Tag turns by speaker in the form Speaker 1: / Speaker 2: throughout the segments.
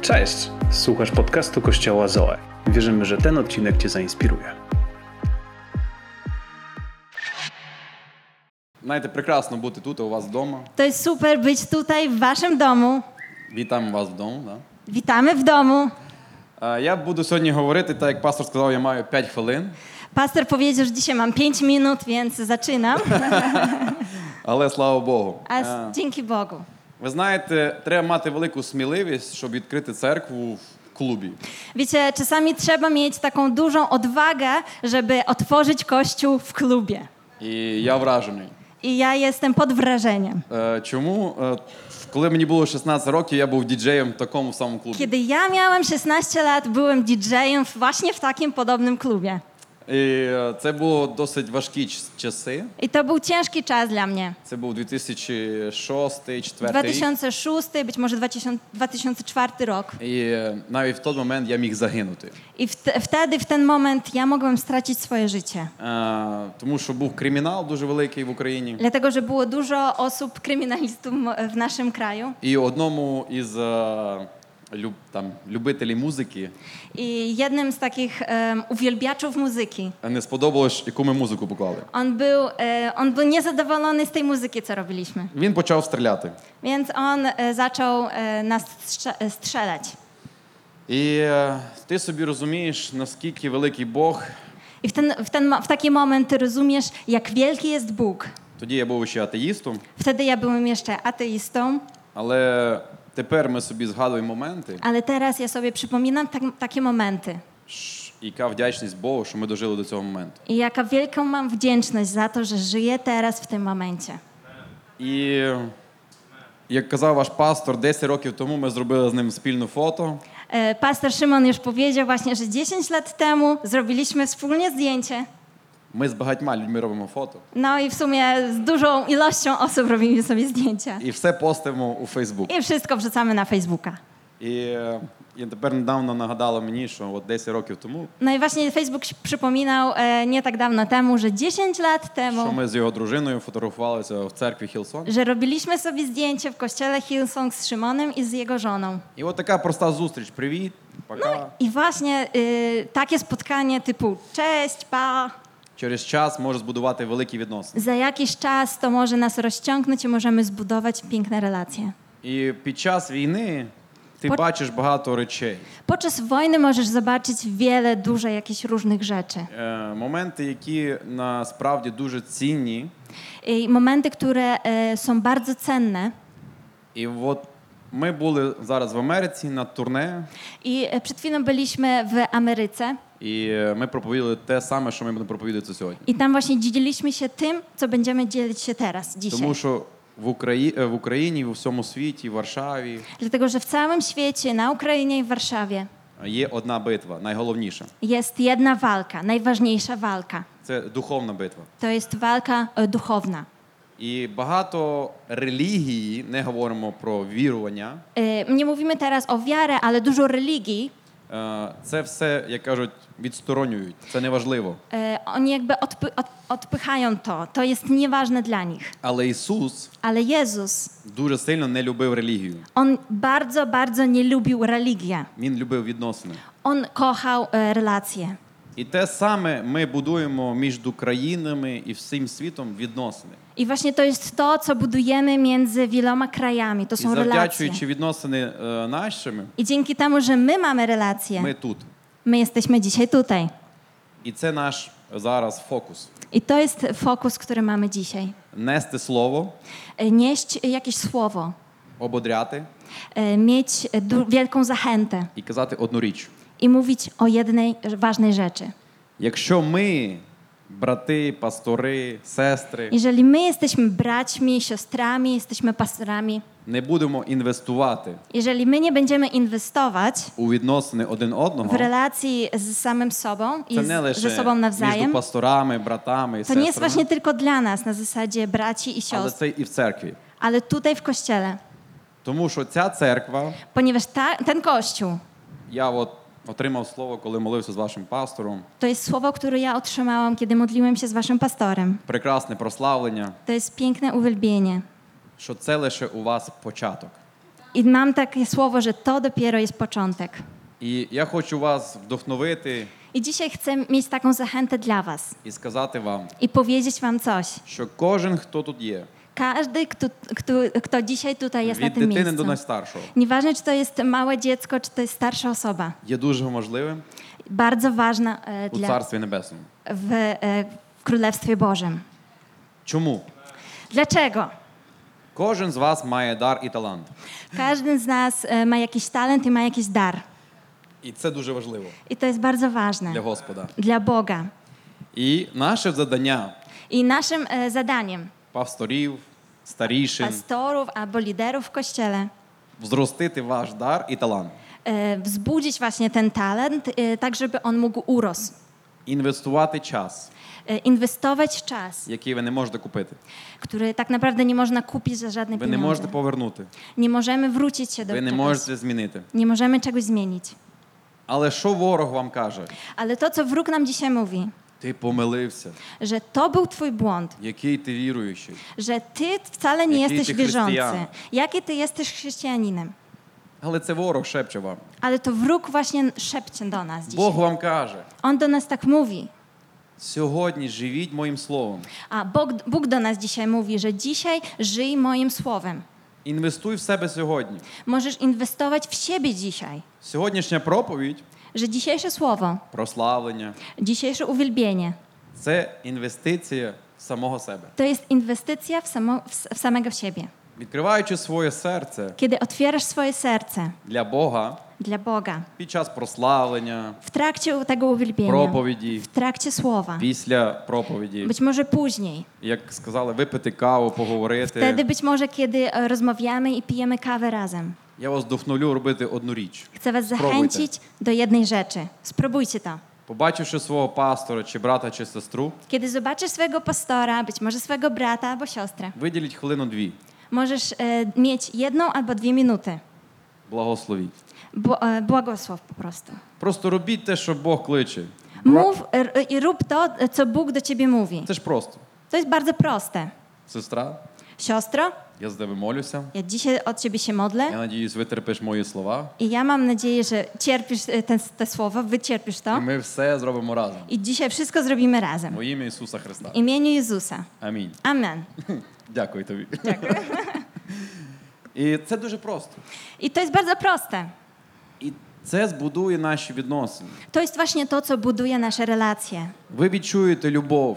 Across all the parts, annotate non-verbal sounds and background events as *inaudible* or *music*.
Speaker 1: Cześć! Słuchasz podcastu Kościoła Zoe. Wierzymy, że ten odcinek Cię zainspiruje.
Speaker 2: Знаєте, прекрасно бути тут у вас вдома.
Speaker 3: To jest super być tutaj w waszym domu.
Speaker 2: Вітаємо вас вдома. Да?
Speaker 3: Witamy w domu.
Speaker 2: Е, Я буду сьогодні говорити, так як пастор сказав, я маю 5 хвилин,
Speaker 3: Pastor powiedział, że dzisiaj mam 5 minut, więc zaczynam.
Speaker 2: але слава Богу. *laughs*
Speaker 3: A
Speaker 2: Е,
Speaker 3: s- dzięki Bogu.
Speaker 2: Ви знаєте, треба мати велику сміливість, щоб відкрити церкву в клубі.
Speaker 3: Wiecie, czasami trzeba mieć taką dużą odwagę, żeby otworzyć kościół w klubie.
Speaker 2: І я вражений.
Speaker 3: I ja jestem pod wrażeniem.
Speaker 2: Е, Чому? Е, Коли мені було 16 років, я був діджеєм в такому самому клубі.
Speaker 3: Kiedy ja miałam 16 lat, byłem DJ-em właśnie w takim podobnym klubie.
Speaker 2: І е, це було dosить важкі ч- часи.
Speaker 3: I to był ciężki czas dla mnie.
Speaker 2: Це був 2006-2004 рік.
Speaker 3: 2006, być może 2000, 2004 rok.
Speaker 2: І е, навіть в той момент я міг загинути.
Speaker 3: I wte- wtedy, w ten moment, ja mogłem stracić swoje życie.
Speaker 2: Е, тому що був кримінал дуже великий в Україні.
Speaker 3: Dlatego, że było dużo osób kryminalistów m- w naszym kraju.
Speaker 2: І одному із е, люб, там, любителів музики
Speaker 3: I jednym z takich em, uwielbiaczów muzyki.
Speaker 2: не сподобалось, яку ми музику поклали.
Speaker 3: On był, e, on był niezadowolony z tej muzyki, co robiliśmy.
Speaker 2: Він почав стріляти.
Speaker 3: Więc on e, zaczął e, nas strze- strzelać.
Speaker 2: І е, ти собі розумієш, naskільки великий Бог.
Speaker 3: I w, ten, w, ten, mo- w taki moment ty rozumiesz, jak wielki jest Bóg.
Speaker 2: Тоді я був ще атеїстом,
Speaker 3: Wtedy ja byłem jeszcze ateistą,
Speaker 2: але тепер ми собі згадуємо моменти,
Speaker 3: ale teraz ja sobie przypominam tak, takie momenty.
Speaker 2: ш- яка вдячність Богу, що ми дожили до цього моменту.
Speaker 3: I jaka wielką mam wdzięczność za to, że żyję teraz w tym momencie.
Speaker 2: І як казав ваш пастор, 10 років тому ми зробили з ним спільну фото.
Speaker 3: E, Pastor Szymon już powiedział właśnie, że 10 lat temu zrobiliśmy wspólnie zdjęcie.
Speaker 2: Ми з багатьма людьми робимо фото.
Speaker 3: No i w sumie z dużą ilością osób robimy sobie zdjęcia.
Speaker 2: І все постимо у Фейсбук.
Speaker 3: I wszystko wrzucamy na Facebooka.
Speaker 2: І е, я тепер недавно нагадала мені, що от 10 років тому,
Speaker 3: No i właśnie Facebook przypominał e, nie tak dawno temu, że 10 lat
Speaker 2: що
Speaker 3: temu,
Speaker 2: ми з його дружиною фотографувалися в церкві Хілсон.
Speaker 3: że robiliśmy sobie zdjęcie w kościele Hillsong z Szymonem i z jego żoną.
Speaker 2: І от така проста zустріч. Привіт, пока.
Speaker 3: I właśnie y, takie spotkanie typu cześć, pa.
Speaker 2: Через час може збудувати великі відносини.
Speaker 3: Za jakiś czas to może nas rozciągnąć i możemy zbudować piękne relacje.
Speaker 2: І під час війни ти
Speaker 3: Пот-
Speaker 2: бачиш багато речей.
Speaker 3: Podczas wojny możesz zobaczyć wiele dużo jakichś różnych rzeczy.
Speaker 2: Е, моменти, які насправді дуже цінні.
Speaker 3: I momenty, które e, są bardzo cenne.
Speaker 2: І от ми були зараз в Америці на турне,
Speaker 3: I e, przed chwilą byliśmy w Ameryce
Speaker 2: і е, ми проповідали те same, що ми будемо проповідати сьогодні.
Speaker 3: i tam właśnie dzieliliśmy się tym, co będziemy dzielić się teraz, dzisiaj.
Speaker 2: Тому що в Украї... е, в Україні, в усьому світі, в Варшаві
Speaker 3: Dlatego, że w całym świecie, na Ukrainie i w Warszawie
Speaker 2: є одна битва, найголовніша.
Speaker 3: jest jedna walka, najważniejsza walka.
Speaker 2: Це духовна битва.
Speaker 3: To jest walka e, duchowna.
Speaker 2: І багато релігії, не говоримо про вірування.
Speaker 3: E, Nie mówimy teraz o wiarę, ale dużo religii.
Speaker 2: е, Це все, як кажуть, відсторонюють. Це неважливо.
Speaker 3: e, Oni jakby odpy, od, odpychają to. To jest nieważne dla nich.
Speaker 2: Але Ісус
Speaker 3: Ale Jezus
Speaker 2: дуже сильно не любив релігію.
Speaker 3: On bardzo, bardzo nie lubił religii.
Speaker 2: Він любив відносини.
Speaker 3: On kochał e, relacje.
Speaker 2: І те саме ми будуємо між країнами і всім світом відносини.
Speaker 3: I właśnie to jest to, co budujemy między wieloma krajami. To
Speaker 2: І
Speaker 3: są relacje.
Speaker 2: завдячуючи відносини е, нашими,
Speaker 3: I dzięki temu, że my mamy relacje,
Speaker 2: ми
Speaker 3: my,
Speaker 2: тут.
Speaker 3: jesteśmy dzisiaj tutaj.
Speaker 2: І це наш зараз focus.
Speaker 3: I to jest fokus, który mamy dzisiaj.
Speaker 2: нести слово,
Speaker 3: E, Nieść jakieś słowo,
Speaker 2: ободряти
Speaker 3: e, mieć du- wielką zachętę
Speaker 2: і казати одну річ.
Speaker 3: i mówić o jednej ważnej rzeczy.
Speaker 2: Якщо ми, брати, пастори, сестри,
Speaker 3: Jeżeli my jesteśmy braćmi, siostrami, jesteśmy pastorami,
Speaker 2: не будемо інвестувати
Speaker 3: jeżeli my nie będziemy inwestować
Speaker 2: у відносини один
Speaker 3: w
Speaker 2: одного,
Speaker 3: relacji z samym sobą i
Speaker 2: це не
Speaker 3: z,
Speaker 2: лише
Speaker 3: ze sobą
Speaker 2: між
Speaker 3: nawzajem,
Speaker 2: пасторами, братами і
Speaker 3: to nie jest właśnie
Speaker 2: сестрами,
Speaker 3: tylko dla nas na zasadzie braci
Speaker 2: але
Speaker 3: i siostr,
Speaker 2: це і в церкві.
Speaker 3: ale tutaj w kościele.
Speaker 2: Тому що ця церква,
Speaker 3: Ponieważ ta, ten kościół
Speaker 2: я от отримав слово, коли молився з вашим пастором,
Speaker 3: to jest słowo, które ja otrzymałam, kiedy modliłem się z waszym pastorem.
Speaker 2: прекрасне прославлення,
Speaker 3: To jest piękne uwielbienie.
Speaker 2: що це лише у вас початок.
Speaker 3: I mam takie słowo, że to dopiero jest początek.
Speaker 2: І я хочу вас wdохновити
Speaker 3: I dzisiaj chcę mieć taką zachętę dla Was
Speaker 2: і сказати вам,
Speaker 3: i powiedzieć Wam coś.
Speaker 2: що кожен, хто тут є,
Speaker 3: Każdy, kto, kto, kto dzisiaj tutaj jest na
Speaker 2: від
Speaker 3: tym
Speaker 2: дитини до
Speaker 3: miejscu,
Speaker 2: найстаршого,
Speaker 3: nieważne czy to jest małe dziecko, czy to jest starsza osoba,
Speaker 2: є дуже важливим
Speaker 3: bardzo ważna e,
Speaker 2: у
Speaker 3: dla,
Speaker 2: царстві небесному.
Speaker 3: w, e, w Królestwie Bożym.
Speaker 2: Чому?
Speaker 3: Dlaczego?
Speaker 2: Кожен з вас має дар і талант,
Speaker 3: Każdy z nas e, ma jakiś talent i ma jakiś dar.
Speaker 2: і це дуже важливо
Speaker 3: I to jest bardzo ważne
Speaker 2: для Господа.
Speaker 3: dla Boga.
Speaker 2: І наше задання
Speaker 3: I naszym e, zadaniem
Speaker 2: пасторів, старішин
Speaker 3: pastorów albo liderów w kościele
Speaker 2: взростити ваш дар і талант,
Speaker 3: e, wzbudzić właśnie ten talent, e, tak żeby on mógł urosł.
Speaker 2: інвестувати час,
Speaker 3: E, Inwestować czas,
Speaker 2: який ви не можете купити,
Speaker 3: który tak naprawdę nie można kupić za żadne
Speaker 2: ви не
Speaker 3: pieniądze.
Speaker 2: можете повернути,
Speaker 3: Nie możemy wrócić się do
Speaker 2: ви не
Speaker 3: czegoś.
Speaker 2: можете змінити.
Speaker 3: Nie możemy czegoś zmienić.
Speaker 2: Але що ворог вам каже?
Speaker 3: Ale to, co wróg nam dzisiaj mówi,
Speaker 2: Ти помилився,
Speaker 3: że to był twój błąd,
Speaker 2: який ти віруючий.
Speaker 3: że ty wcale nie
Speaker 2: Jaki
Speaker 3: jesteś
Speaker 2: ty
Speaker 3: wierzący.
Speaker 2: chrześcijan.
Speaker 3: Jaki ty jesteś chrześcijaninem.
Speaker 2: Але це ворог шепче вам.
Speaker 3: Ale to wróg właśnie szepcze do nas dzisiaj.
Speaker 2: Бог вам каже:
Speaker 3: On do nas tak mówi.
Speaker 2: сьогодні живіть моїм словом,
Speaker 3: A Bóg, Bóg do nas dzisiaj mówi, że dzisiaj żyj moim słowem.
Speaker 2: інвестуй в себе сьогодні.
Speaker 3: Możesz inwestować w siebie dzisiaj.
Speaker 2: Сьогоднішня проповідь,
Speaker 3: Że dzisiejsze słowo,
Speaker 2: прославлення
Speaker 3: dzisiejsze uwielbienie
Speaker 2: це інвестиція в самого себе.
Speaker 3: to jest inwestycja w, samo, w, s- w samego siebie.
Speaker 2: Відкриваючи своє серце
Speaker 3: Kiedy otwierasz swoje serce
Speaker 2: для Бога
Speaker 3: dla Boga
Speaker 2: під час прославлення,
Speaker 3: w trakcie tego uwielbienia,
Speaker 2: проповіді,
Speaker 3: w trakcie słowa,
Speaker 2: після проповіді,
Speaker 3: być może później,
Speaker 2: як сказали, випити каву,
Speaker 3: wtedy
Speaker 2: поговорити.
Speaker 3: być może, kiedy e, rozmawiamy i pijemy kawę razem.
Speaker 2: Я вас вдохновлю робити одну річ.
Speaker 3: Chcę Was
Speaker 2: Spróbuj
Speaker 3: zachęcić do jednej rzeczy. Spróbujcie to.
Speaker 2: Побачивши свого пастора, чи брата, чи сестру,
Speaker 3: Kiedy zobaczysz swojego pastora, być może swojego brata albo siostrę,
Speaker 2: виділіть хвилину-дві.
Speaker 3: możesz e, mieć jedną albo dwie minuty.
Speaker 2: Благословіть.
Speaker 3: Bł- e, błogosław po prostu.
Speaker 2: Просто робіть те, що Бог кличе.
Speaker 3: Mów r- i rób to, e, co Bóg do ciebie mówi.
Speaker 2: Це ж просто.
Speaker 3: To jest bardzo proste.
Speaker 2: Сестра,
Speaker 3: Siostro,
Speaker 2: я за тебе молюся.
Speaker 3: ja dzisiaj od ciebie się
Speaker 2: Я
Speaker 3: modlę
Speaker 2: надіюсь, ви терпиш мої слова.
Speaker 3: i ja mam nadzieję, że cierpisz e, te, te słowa, wycierpisz
Speaker 2: І
Speaker 3: to
Speaker 2: ми все зробимо разом.
Speaker 3: i dzisiaj wszystko zrobimy razem.
Speaker 2: Во ім'я Ісуса Христа.
Speaker 3: W imieniu Jezusa.
Speaker 2: Амінь.
Speaker 3: Amen.
Speaker 2: Дякую тобі. Дякую. *laughs* І це дуже просто.
Speaker 3: I to jest bardzo proste.
Speaker 2: І це збудує наші відносини.
Speaker 3: To jest właśnie to, co buduje nasze relacje.
Speaker 2: Ви відчуєте любов,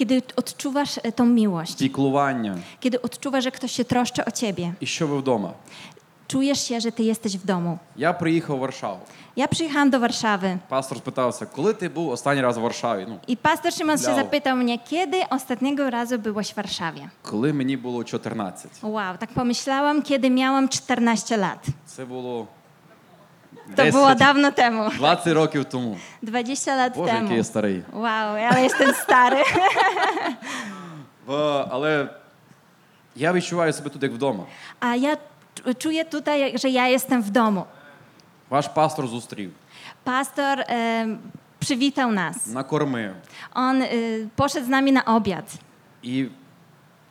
Speaker 3: Kiedy odczuwasz e, tą miłość,
Speaker 2: піклування.
Speaker 3: kiedy odczuwasz, że ktoś się troszczy o ciebie,
Speaker 2: І що ви вдома?
Speaker 3: czujesz się, że ty jesteś w domu.
Speaker 2: Я приїхав в Варшаву.
Speaker 3: Ja przyjechałam do Warszawy
Speaker 2: Пастор спитався, коли ти був останній раз в Варшаві? Ну,
Speaker 3: i pastor Szymon się
Speaker 2: Wow.
Speaker 3: zapytał mnie, kiedy ostatniego razu byłeś w Warszawie?
Speaker 2: коли мені було 14.
Speaker 3: Wow, tak pomyślałam, kiedy miałam 14 lat.
Speaker 2: Це було
Speaker 3: To było
Speaker 2: 10,
Speaker 3: dawno temu,
Speaker 2: 20 років тому.
Speaker 3: 20 lat
Speaker 2: Боже,
Speaker 3: temu.
Speaker 2: який я старий.
Speaker 3: Wow, ale jestem stary.
Speaker 2: В- Е, Але я відчуваю себе тут як вдома.
Speaker 3: A ja czu- czuję tutaj, że ja jestem w domu.
Speaker 2: Ваш пастор зустрів,
Speaker 3: Pastor em, przywitał nas.
Speaker 2: накормив.
Speaker 3: On y, poszedł z nami na obiad.
Speaker 2: І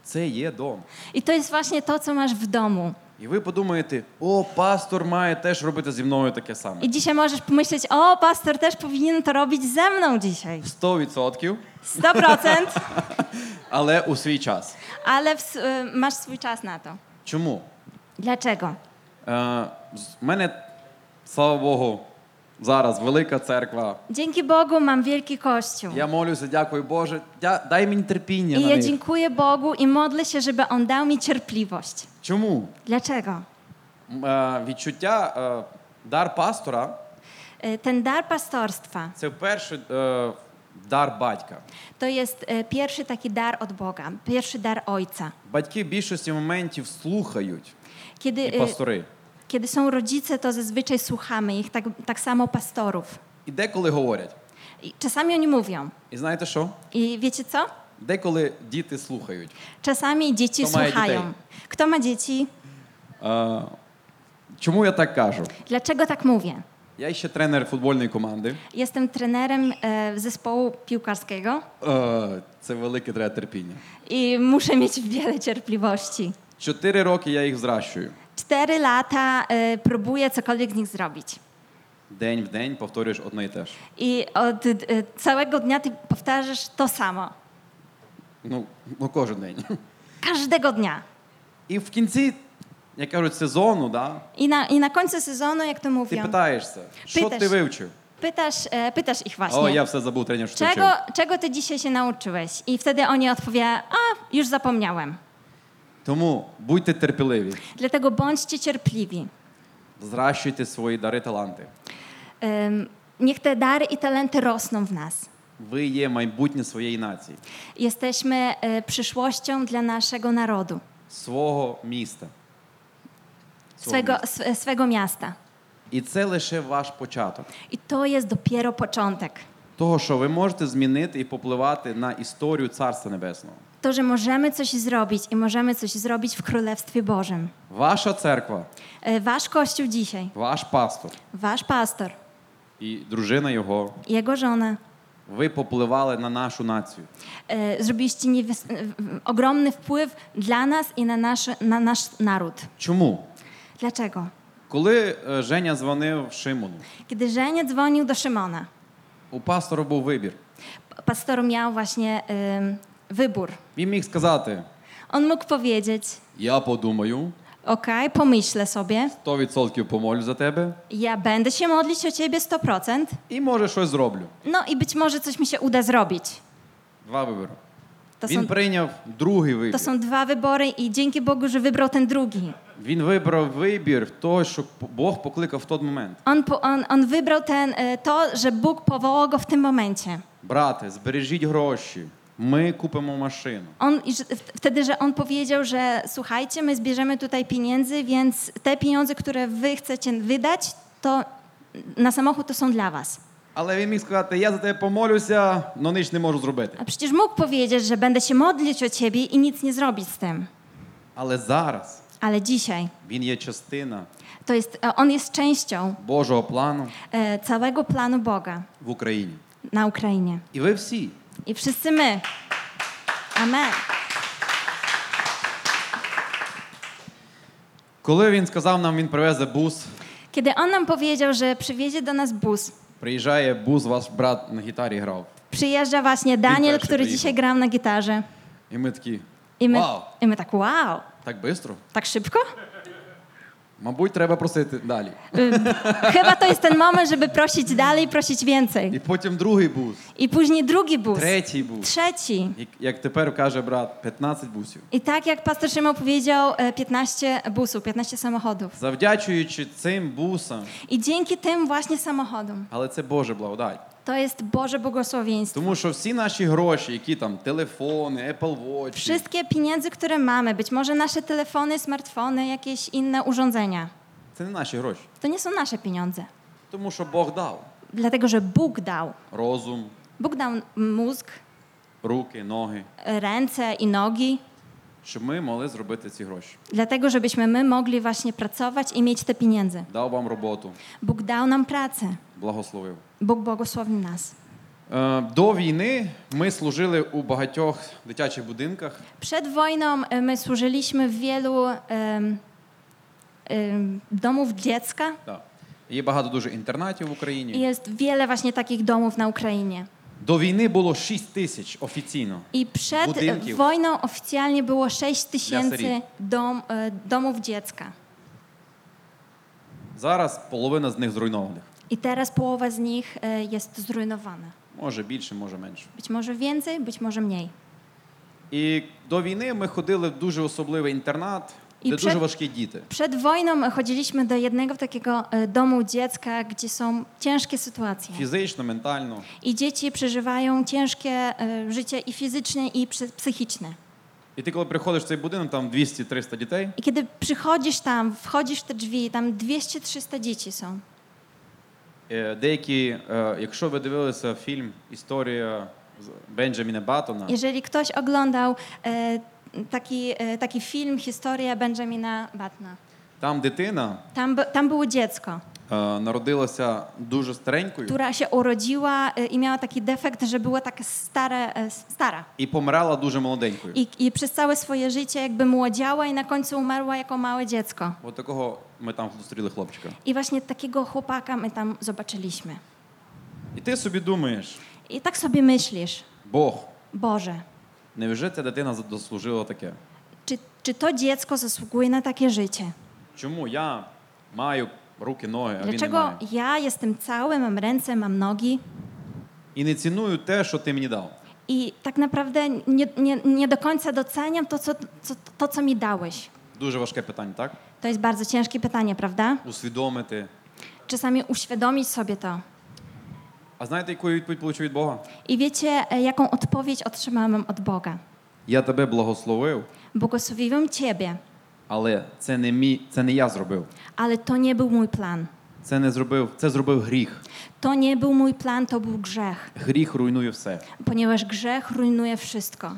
Speaker 2: це є дом.
Speaker 3: I to jest właśnie to, co masz w domu.
Speaker 2: І ви подумаєте, о, пастор має теж робити зі мною таке саме.
Speaker 3: I dzisiaj możesz pomyśleć, o, pastor też powinien to robić ze mną dzisiaj.
Speaker 2: 100%,
Speaker 3: 100%,
Speaker 2: але у свій час.
Speaker 3: ale w, s- y, masz swój czas na to.
Speaker 2: Чому?
Speaker 3: Dlaczego?
Speaker 2: Е, з- в мене, слава Богу, зараз велика церква.
Speaker 3: Dzięki Bogu mam wielki kościół.
Speaker 2: Я молюся, дякую Боже. Дя- дай мені терпіння.
Speaker 3: I
Speaker 2: На
Speaker 3: ja
Speaker 2: них.
Speaker 3: dziękuję Bogu i modlę się, żeby On dał mi cierpliwość.
Speaker 2: Чому?
Speaker 3: Dlaczego?
Speaker 2: М, Е, відчуття, е, дар пастора
Speaker 3: Y, Ten dar pastorstwa
Speaker 2: це вперше е, дар батька.
Speaker 3: to jest y, pierwszy taki dar od Boga, pierwszy dar Ojca.
Speaker 2: Батьки в більшості моментів слухають
Speaker 3: Kiedy,
Speaker 2: і
Speaker 3: y,
Speaker 2: пастори.
Speaker 3: kiedy są rodzice, to zazwyczaj słuchamy ich, tak, tak samo pastorów.
Speaker 2: І деколи говорять.
Speaker 3: I czasami oni mówią.
Speaker 2: І знаєте що?
Speaker 3: I wiecie co?
Speaker 2: Деколи діти слухають.
Speaker 3: Czasami dzieci
Speaker 2: Kto ma
Speaker 3: słuchają. Kto ma dzieci?
Speaker 2: Е, чому я так кажу?
Speaker 3: Dlaczego tak mówię?
Speaker 2: Я ще тренер футбольної команди.
Speaker 3: Jestem trenerem e, zespołu piłkarskiego
Speaker 2: Е, це велике треба терпіння.
Speaker 3: i muszę mieć wiele cierpliwości.
Speaker 2: Чотири роки я їх зращую.
Speaker 3: Cztery lata y, próbuję cokolwiek z nich zrobić.
Speaker 2: День в день повторюєш одне і те ж.
Speaker 3: I od y, całego dnia ty powtarzasz to samo.
Speaker 2: Ну, ну кожен день.
Speaker 3: Każdego dnia.
Speaker 2: І в кінці, як кажуть, сезону, да,
Speaker 3: I na, i na końcu sezonu, jak to
Speaker 2: ти
Speaker 3: mówią,
Speaker 2: питаєшся, що
Speaker 3: Питаєш.
Speaker 2: ти вивчив?
Speaker 3: pytasz, y, pytasz ich
Speaker 2: О, я
Speaker 3: właśnie,
Speaker 2: все забув, тренер що
Speaker 3: czego,
Speaker 2: вчив.
Speaker 3: czego ty dzisiaj się nauczyłeś? I wtedy oni odpowiadają, a już zapomniałem.
Speaker 2: Тому будьте терпеливі,
Speaker 3: Dlatego bądźcie cierpliwi.
Speaker 2: зращуйте свої дари таланти.
Speaker 3: Ym, Niech te dary i talenty rosną w nas.
Speaker 2: Ви є майбутнє своєї нації,
Speaker 3: Jesteśmy y, przyszłością dla naszego narodu,
Speaker 2: свого міста. Свого
Speaker 3: swego,
Speaker 2: міста.
Speaker 3: sw- swego miasta.
Speaker 2: І це лише ваш початок.
Speaker 3: I to jest dopiero początek.
Speaker 2: Того, що ви можете змінити і попливати на історію Царства Небесного.
Speaker 3: To, że możemy coś zrobić i możemy coś zrobić w Królestwie Bożym.
Speaker 2: Ваша церква,
Speaker 3: E, Wasz kościół dzisiaj,
Speaker 2: ваш пастор
Speaker 3: wasz pastor,
Speaker 2: і дружина його,
Speaker 3: jego żona,
Speaker 2: ви попливали на нашу націю.
Speaker 3: e, zrobiliście niewies- e, w- ogromny wpływ dla nas i na nasz, na nasz naród.
Speaker 2: Чому?
Speaker 3: Dlaczego?
Speaker 2: Коли е, Женя дзвонив Шимону,
Speaker 3: Kiedy Żenie dzwonił do Szymona,
Speaker 2: у пастора був вибір.
Speaker 3: p- pastor miał właśnie em, wybór.
Speaker 2: Він міг сказати:
Speaker 3: On mógł powiedzieć:
Speaker 2: Я подумаю,
Speaker 3: Okej, pomyślę sobie,
Speaker 2: 100% помолю за тебе
Speaker 3: ja będę się modlić o ciebie 100%,
Speaker 2: і може щось zроблю.
Speaker 3: no i być może coś mi się uda zrobić.
Speaker 2: Два вибори.
Speaker 3: To
Speaker 2: Він
Speaker 3: są,
Speaker 2: прийняв другий
Speaker 3: to
Speaker 2: вибір.
Speaker 3: są dwa wybory i dzięki Bogu, że wybrał ten drugi.
Speaker 2: Він вибрав вибір того, що Бог покликав в той момент.
Speaker 3: On, po, on, on wybrał ten, e, to, że Bóg powołał go w tym momencie.
Speaker 2: Брате, збережіть гроші. Ми купимо машину.
Speaker 3: On, i że, w- wtedy, że on powiedział, że słuchajcie, my zbierzemy tutaj pieniędzy, więc te pieniądze, które wy chcecie wydać, to na samochód to są dla was.
Speaker 2: Але він міг сказати: я за тебе помолюся, але ніч не можу зробити.
Speaker 3: A przecież mógł powiedzieć, że będę się modlić o ciebie i nic nie zrobić z tym.
Speaker 2: Але зараз
Speaker 3: Ale dzisiaj
Speaker 2: він є частина
Speaker 3: to jest, e, on jest częścią
Speaker 2: Божого плану
Speaker 3: e, całego planu Boga
Speaker 2: в Україні.
Speaker 3: na Ukrainie.
Speaker 2: І ви всі.
Speaker 3: I wszyscy my. Amen.
Speaker 2: Коли він сказав нам, він привезе бус,
Speaker 3: Kiedy on nam powiedział, że przywiezie do nas bus,
Speaker 2: приїжджає бус, ваш брат на гітарі грав.
Speaker 3: przyjeżdża właśnie
Speaker 2: Witaj,
Speaker 3: Daniel,
Speaker 2: się
Speaker 3: który
Speaker 2: wyjechał.
Speaker 3: dzisiaj grał na gitarze.
Speaker 2: І ми такі.
Speaker 3: I my,
Speaker 2: Wow.
Speaker 3: I my tak, wow,
Speaker 2: Так швидко?
Speaker 3: tak szybko?
Speaker 2: Мабуть, треба просити далі.
Speaker 3: Chyba to jest ten moment, żeby prosić dalej, prosić więcej.
Speaker 2: І потім другий бус,
Speaker 3: I później drugi bus,
Speaker 2: третій бус.
Speaker 3: trzeci.
Speaker 2: І, Як tепер каже брат, 15 бусів.
Speaker 3: I tak jak pastor Szymon powiedział, e, 15 busów, 15 samochodów.
Speaker 2: Завдячуючи цим бусам,
Speaker 3: I dzięki tym właśnie samochodom
Speaker 2: але це Боже благодать.
Speaker 3: to jest Boże błogosławieństwo.
Speaker 2: Тому що всі наші гроші, які там телефони, Apple Watch,
Speaker 3: Wszystkie pieniądze, które mamy, być może nasze telefony, smartfony, jakieś inne urządzenia,
Speaker 2: це не наші гроші.
Speaker 3: to nie są nasze pieniądze.
Speaker 2: Тому що Бог дав
Speaker 3: Dlatego, że Bóg dał.
Speaker 2: розум,
Speaker 3: Bóg dał mózg,
Speaker 2: руки, ноги,
Speaker 3: ręce i nogi,
Speaker 2: щоб ми могли zробити ці гроші.
Speaker 3: dlatego, żebyśmy my mogli właśnie pracować i mieć te pieniądze.
Speaker 2: Дав вам роботу,
Speaker 3: Bóg dał nam pracę.
Speaker 2: благословив.
Speaker 3: Bóg błogosławił nas.
Speaker 2: Е, До війни ми служили у багатьох дитячих будинках.
Speaker 3: Przed wojną e, my służyliśmy w wielu em, em, domów dziecka.
Speaker 2: Да. Є багато дуже інтернатів в
Speaker 3: I
Speaker 2: Україні.
Speaker 3: Jest wiele właśnie takich domów na Ukrainie.
Speaker 2: До війни було 6 tисяч офіційно.
Speaker 3: I przed e,
Speaker 2: Budynków.
Speaker 3: wojną oficjalnie było 6 tysięcy
Speaker 2: Miasterii.
Speaker 3: dom, e, domów dziecka.
Speaker 2: Зараз половина з них зруйнованих.
Speaker 3: I teraz połowa z nich e, jest zrujnowana.
Speaker 2: Може більше, може менше.
Speaker 3: Być może więcej, być może mniej.
Speaker 2: І до війни ми ходили в дуже особливий інтернат,
Speaker 3: І
Speaker 2: де
Speaker 3: пше-
Speaker 2: дуже важкі діти.
Speaker 3: Przed wojną chodziliśmy do jednego takiego e, domu dziecka, gdzie są ciężkie sytuacje.
Speaker 2: Фізично, ментально.
Speaker 3: I dzieci przeżywają ciężkie e, życie i fizyczne, i psy- psychiczne.
Speaker 2: І ти, коли приходиш в цей будинок, там 200-300 дітей,
Speaker 3: I kiedy przychodzisz tam, wchodzisz w te drzwi, tam 200-300 dzieci są.
Speaker 2: Е, Деякі, е, якщо ви дивилися фільм Історія з- Бенджаміна Баттона,
Speaker 3: Jeżeli ktoś oglądał e, taki, e, taki film, historia Benjamina Batna,
Speaker 2: там дитина
Speaker 3: tam, by- tam było dziecko.
Speaker 2: е, е, народилася дуже старенькою
Speaker 3: która się urodziła y, i miała taki defekt, że była tak stare, y, stara.
Speaker 2: і помирала дуже молоденькою.
Speaker 3: I, I przez całe swoje życie jakby młodziała i na końcu umarła jako małe dziecko.
Speaker 2: От такого ми там зустріли хлопчика.
Speaker 3: I właśnie takiego chłopaka my tam zobaczyliśmy.
Speaker 2: І ти собі думаєш,
Speaker 3: I tak sobie myślisz,
Speaker 2: Бог,
Speaker 3: Boże,
Speaker 2: невже ця дитина заслужила таке?
Speaker 3: czy, czy to dziecko zasługuje na takie życie?
Speaker 2: Чому я маю руки, ноги, а він не
Speaker 3: Dlaczego
Speaker 2: має?
Speaker 3: ja jestem cały, mam ręce, mam nogi
Speaker 2: І не ціную те, що ти мені дав.
Speaker 3: i tak naprawdę nie, nie, nie do końca doceniam to co, co, to, co mi dałeś?
Speaker 2: Дуже важке питання, так?
Speaker 3: To jest bardzo ciężkie pytanie, prawda?
Speaker 2: Усвідомити.
Speaker 3: Czasami uświadomić sobie to.
Speaker 2: А знаєте, яку я відповідь получив від Бога?
Speaker 3: I wiecie, e, jaką odpowiedź otrzymałam od Boga?
Speaker 2: Я тебе благословив,
Speaker 3: Błogosławiłem Ciebie,
Speaker 2: але це не мій, це не я зробив.
Speaker 3: ale to nie był mój plan.
Speaker 2: Це не zробив, це зробив гріх.
Speaker 3: To nie był mój plan, to był grzech,
Speaker 2: Гріх руйнує все.
Speaker 3: ponieważ grzech rujnuje wszystko.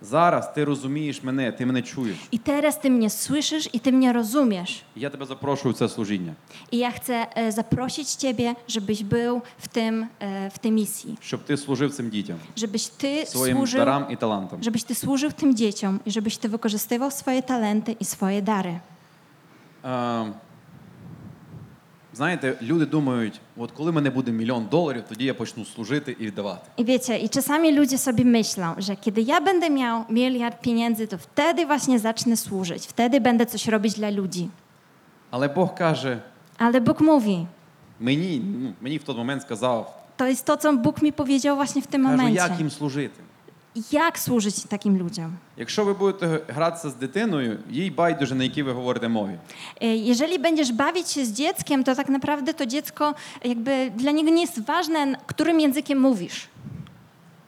Speaker 2: Зараз ти розумієш мене, ти мене чуєш.
Speaker 3: I teraz Ty mnie słyszysz i Ty mnie rozumiesz.
Speaker 2: І Я тебе zapрошую в це служіння,
Speaker 3: I ja chcę e, zaprosić Ciebie, żebyś był w tym, e, w tej misji.
Speaker 2: щоб ти служив цим дітям,
Speaker 3: Żebyś Ty
Speaker 2: своїм
Speaker 3: służył,
Speaker 2: дарам і талантам.
Speaker 3: żebyś Ty służył tym dzieciom i żebyś Ty wykorzystywał swoje talenty i swoje dary.
Speaker 2: Е, знаєте, люди думають, от коли в мене буде мільйон доларів, тоді я почну служити і віддавати.
Speaker 3: I wiecie, i czasami ludzie sobie myślą, że kiedy ja będę miał miliard pieniędzy, to wtedy właśnie zacznę służyć, wtedy będę coś robić dla ludzi.
Speaker 2: Але Бог каже:
Speaker 3: Ale Bóg mówi,
Speaker 2: мені, ну, мені в той момент сказав,
Speaker 3: to jest to, co Bóg mi powiedział właśnie w tym
Speaker 2: кажу,
Speaker 3: momencie.
Speaker 2: як їм служити.
Speaker 3: Jak służyć takim ludziom?
Speaker 2: Якщо ви будете гратися з дитиною, їй байдуже, на якій ви говорите мові.
Speaker 3: E, Jeżeli będziesz bawić się z dzieckiem, to tak naprawdę to dziecko, jakby dla niego nie jest ważne, n- którym językiem mówisz.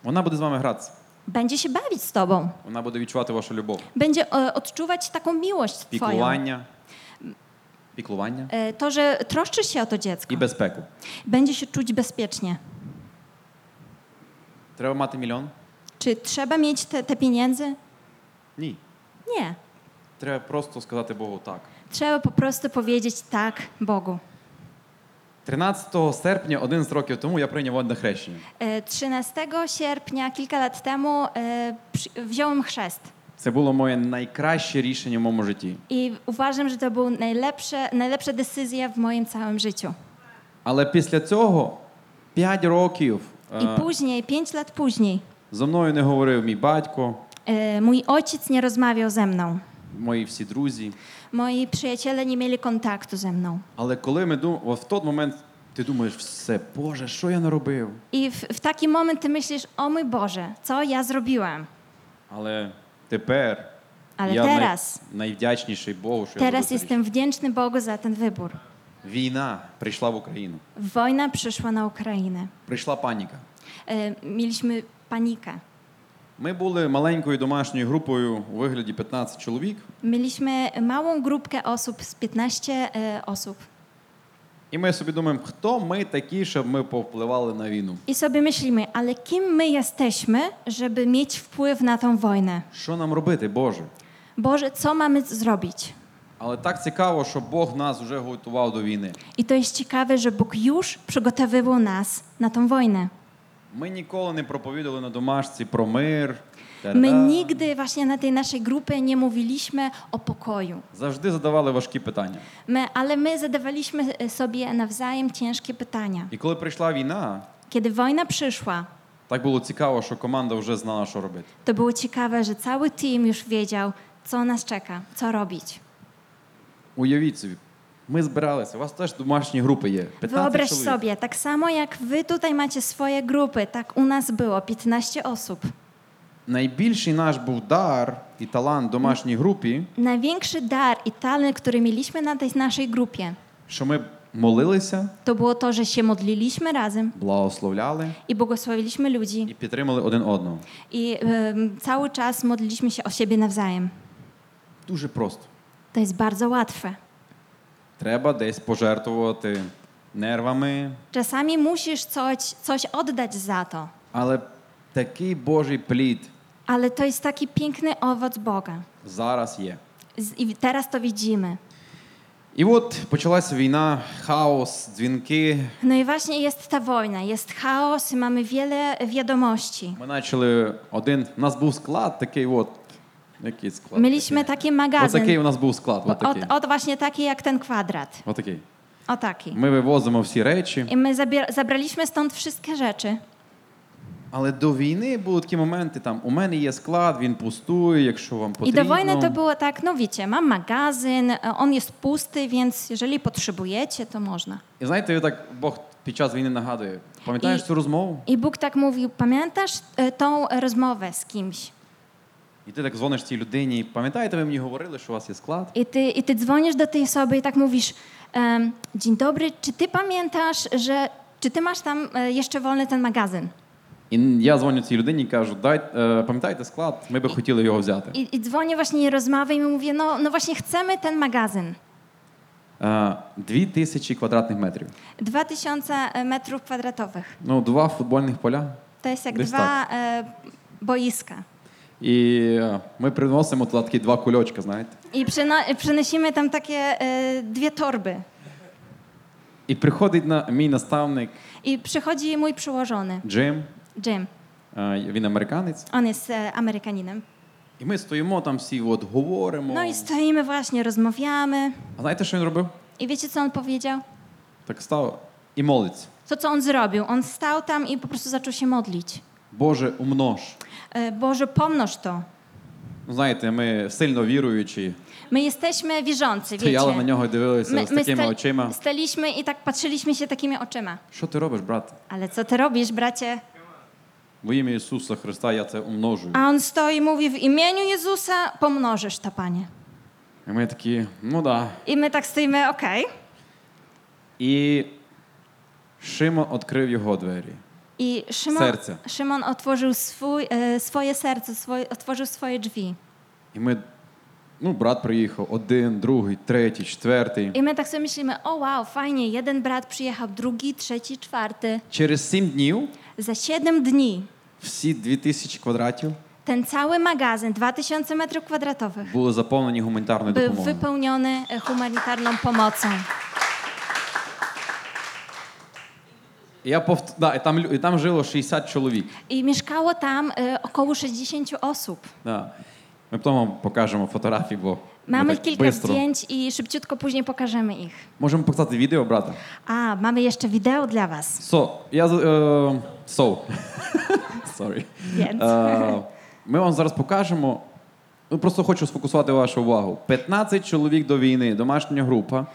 Speaker 2: Вона буде з вами гратися,
Speaker 3: Będzie się bawić z tobą,
Speaker 2: вона буде відчувати вашу любов.
Speaker 3: będzie e, odczuwać taką miłość twoją.
Speaker 2: Піклування, піклування
Speaker 3: E, To, że troszczysz się o to dziecko,
Speaker 2: і безпеку.
Speaker 3: będzie się czuć bezpiecznie.
Speaker 2: Треба мати мільйон?
Speaker 3: Czy trzeba mieć te, te pieniędzy?
Speaker 2: Ні.
Speaker 3: Nie.
Speaker 2: Треба просто сказати Богу так.
Speaker 3: Trzeba po prostu powiedzieć tak Bogu.
Speaker 2: 13 серпня, 11 років тому, я прийняв водне хрещення.
Speaker 3: E, 13 sierpnia kilka lat temu e, przy- wziąłem chrzest
Speaker 2: Це було моє najкраще rішення в моєму житті.
Speaker 3: i uważam, że to były najlepsze, najlepsze decyzje w moim całym życiu.
Speaker 2: Але після цього 5 rokів е,
Speaker 3: I później, pięć lat później,
Speaker 2: зо мною не говорив мій батько,
Speaker 3: e, mój ojciec nie rozmawiał ze mną.
Speaker 2: мої всі друзі.
Speaker 3: Moi przyjaciele nie mieli kontaktu ze mną.
Speaker 2: Але коли ми дум... от в той момент ти думаєш, все, Боже, що я наробив?
Speaker 3: I w, w taki moment ty myślisz, o mój Boże, co ja zrobiłem?
Speaker 2: Але тепер
Speaker 3: Але
Speaker 2: я най-
Speaker 3: терас.
Speaker 2: найвдячніший Богу, що я
Speaker 3: Teraz
Speaker 2: зробив це
Speaker 3: jestem wdzięczny Bogu za ten wybór.
Speaker 2: рішення. Війна прийшла в Україну,
Speaker 3: Wojna przyszła na Ukrainę.
Speaker 2: прийшла паніка.
Speaker 3: E, Mieliśmy panikę.
Speaker 2: Ми були маленькою домашньою групою у вигляді 15 чоловік,
Speaker 3: Mieliśmy małą grupkę osób, z 15 e, osób.
Speaker 2: і ми собі думаємо, хто ми такі, щоб ми повпливали на війну?
Speaker 3: I sobie myślimy, ale kim my jesteśmy, żeby mieć wpływ na tą wojnę?
Speaker 2: Що нам робити, Боже?
Speaker 3: Boże, co mamy zrobić?
Speaker 2: Але так цікаво, що Бог нас вже готував до війни.
Speaker 3: I to jest ciekawe, że Bóg już przygotowywał nas na tą wojnę.
Speaker 2: Ми ніколи не проповідували на домашці про мир. та-да.
Speaker 3: My nigdy właśnie na tej naszej grupie nie mówiliśmy o pokoju,
Speaker 2: Завжди задавали важкі питання.
Speaker 3: my, ale my zadawaliśmy e, sobie nawzajem ciężkie pytania.
Speaker 2: І коли прийшла війна,
Speaker 3: Kiedy wojna przyszła,
Speaker 2: так було цікаво, що команда вже знала, що робити.
Speaker 3: to było ciekawe, że cały team już wiedział, co nas czeka, co robić.
Speaker 2: Уявіть собі, ми збиралися, у вас теж домашні групи є. 15
Speaker 3: Wyobraź
Speaker 2: чоловік.
Speaker 3: sobie, так samo jak wy tutaj macie swoje grupy, tak u nas było 15 osób.
Speaker 2: Найбільший наш був дар і талант домашній групі,
Speaker 3: Największy dar i talent, który mieliśmy na tej naszej grupie,
Speaker 2: що ми молилися,
Speaker 3: to było to, że się modliliśmy razem
Speaker 2: благословляли
Speaker 3: i błogosławiliśmy
Speaker 2: і
Speaker 3: ludzi
Speaker 2: підтримали один одного.
Speaker 3: i em, cały czas modliliśmy się o siebie nawzajem.
Speaker 2: Дуже просто.
Speaker 3: To jest bardzo łatwe.
Speaker 2: Треба десь пожертвувати нервами,
Speaker 3: Czasami musisz coś, coś oddać za to,
Speaker 2: але такий Божий плід
Speaker 3: ale to jest taki piękny owoc Boga.
Speaker 2: зараз є.
Speaker 3: Z, I teraz to widzimy.
Speaker 2: І от почалася війна, хаос, дзвінки.
Speaker 3: No i właśnie jest ta wojna, jest chaos, mamy wiele wiadomości.
Speaker 2: Ми почали один. У нас був склад такий, от. Який склад?
Speaker 3: Mieliśmy taki magazyn,
Speaker 2: Отакий у нас був сklад.
Speaker 3: od,
Speaker 2: Отакий.
Speaker 3: od właśnie taki jak ten kwadrat,
Speaker 2: Отакий.
Speaker 3: o taki.
Speaker 2: Ми вивозимо всі речі.
Speaker 3: I my zabier- zabraliśmy stąd wszystkie rzeczy.
Speaker 2: Але до війни були такі моменти: там у мене є склад, він пустує, якщо вам
Speaker 3: I
Speaker 2: потрібно.
Speaker 3: do wojny to było tak, no wiecie, mam magazyn, e, on jest pusty, więc jeżeli potrzebujecie, to można.
Speaker 2: І знаєте, так Бог під час війни нагадує: пам'ятаєш
Speaker 3: І-
Speaker 2: цю розмову?
Speaker 3: I Bóg tak mówił, pamiętasz e, tą rozmowę z kimś?
Speaker 2: І ти так дзвониш цій людині. Пам'ятаєте, ви мені говорили, що у вас є склад?
Speaker 3: I ty, I ty dzwonisz do tej osoby i tak mówisz, em, dzień dobry, czy ty pamiętasz, że, czy ty masz tam e, jeszcze wolny ten magazyn?
Speaker 2: І я дзвоню цій людині і кажу: Дай, е, пам'ятаєте склад, ми би хотіли його взяти.
Speaker 3: I, i dzwonię właśnie i rozmawiam i mówię, no, no właśnie chcemy ten magazyn.
Speaker 2: Е, Дві тисячі квадратних метрів.
Speaker 3: 2000 e, metrów kwadratowych.
Speaker 2: Ну, два футбольних поля.
Speaker 3: To jest jak
Speaker 2: Gdzieś
Speaker 3: dwa e, boiska.
Speaker 2: І е, ми приносимо туди такі два кульочка, знаєте.
Speaker 3: I przyno- przynosimy tam takie e, dwie torby.
Speaker 2: І приходить на мій nastavnik
Speaker 3: I przychodzi mój przyłożony,
Speaker 2: Джим,
Speaker 3: Jim.
Speaker 2: е, він американець.
Speaker 3: On jest e, Amerykaninem.
Speaker 2: І ми стоїмо там всі, от говоримо.
Speaker 3: No i stoimy właśnie, rozmawiamy.
Speaker 2: А знаєте, що він робив?
Speaker 3: I wiecie, co on powiedział?
Speaker 2: Так став і молиться.
Speaker 3: To, co on zrobił. On stał tam i po prostu zaczął się modlić.
Speaker 2: Боже, умнож.
Speaker 3: E, Boże, pomnoż to.
Speaker 2: Ну, знаєте, ми сильно віруючі.
Speaker 3: My jesteśmy wierzący, wiecie.
Speaker 2: Стояли на нього і дивилися
Speaker 3: My,
Speaker 2: з
Speaker 3: my
Speaker 2: такими
Speaker 3: sta-
Speaker 2: очима.
Speaker 3: staliśmy i tak patrzyliśmy się takimi oczyma.
Speaker 2: Що ти робиш, брат?
Speaker 3: Ale co ty robisz, bracie?
Speaker 2: Во ім'я Ісуса Христа я це умножую.
Speaker 3: A on stoi i mówi, w imieniu Jezusa pomnożysz to, Panie.
Speaker 2: І ми такі, ну да.
Speaker 3: I my tak stoimy, okej.
Speaker 2: І Шимон відкрив його двері.
Speaker 3: I Szymon,
Speaker 2: Serce.
Speaker 3: Szymon otworzył swój, e, swoje serce, swoje, otworzył swoje drzwi.
Speaker 2: І ми, ну, брат приїхав один, другий, третій, четвертий.
Speaker 3: I my tak sobie myślimy, o wow, fajnie, jeden brat przyjechał, drugi, trzeci, czwarty.
Speaker 2: Через сім днів
Speaker 3: Za siedem dni
Speaker 2: всі дві тисячі квадратів
Speaker 3: ten cały magazyn, 2000 metrów kwadratowych,
Speaker 2: були заповнені гуманітарною
Speaker 3: był
Speaker 2: допомогою.
Speaker 3: wypełniony e, humanitarną pomocą.
Speaker 2: І Я повт... да, і, там, лю- і там жило 60 чоловік.
Speaker 3: I mieszkało tam e, około 60 osób.
Speaker 2: Да. Ми потім вам покажемо фотографії, бо ми
Speaker 3: Mamy
Speaker 2: так
Speaker 3: kilka
Speaker 2: бистро.
Speaker 3: zdjęć i szybciutko później pokażemy ich.
Speaker 2: Можемо показати відео, брата.
Speaker 3: A, mamy jeszcze wideo dla was.
Speaker 2: Со, я з- е, со. *laughs* Sorry.
Speaker 3: Więc.
Speaker 2: Е, ми вам зараз покажемо. Ну, просто хочу сфокусувати вашу увагу. 15 чоловік до війни, домашня група,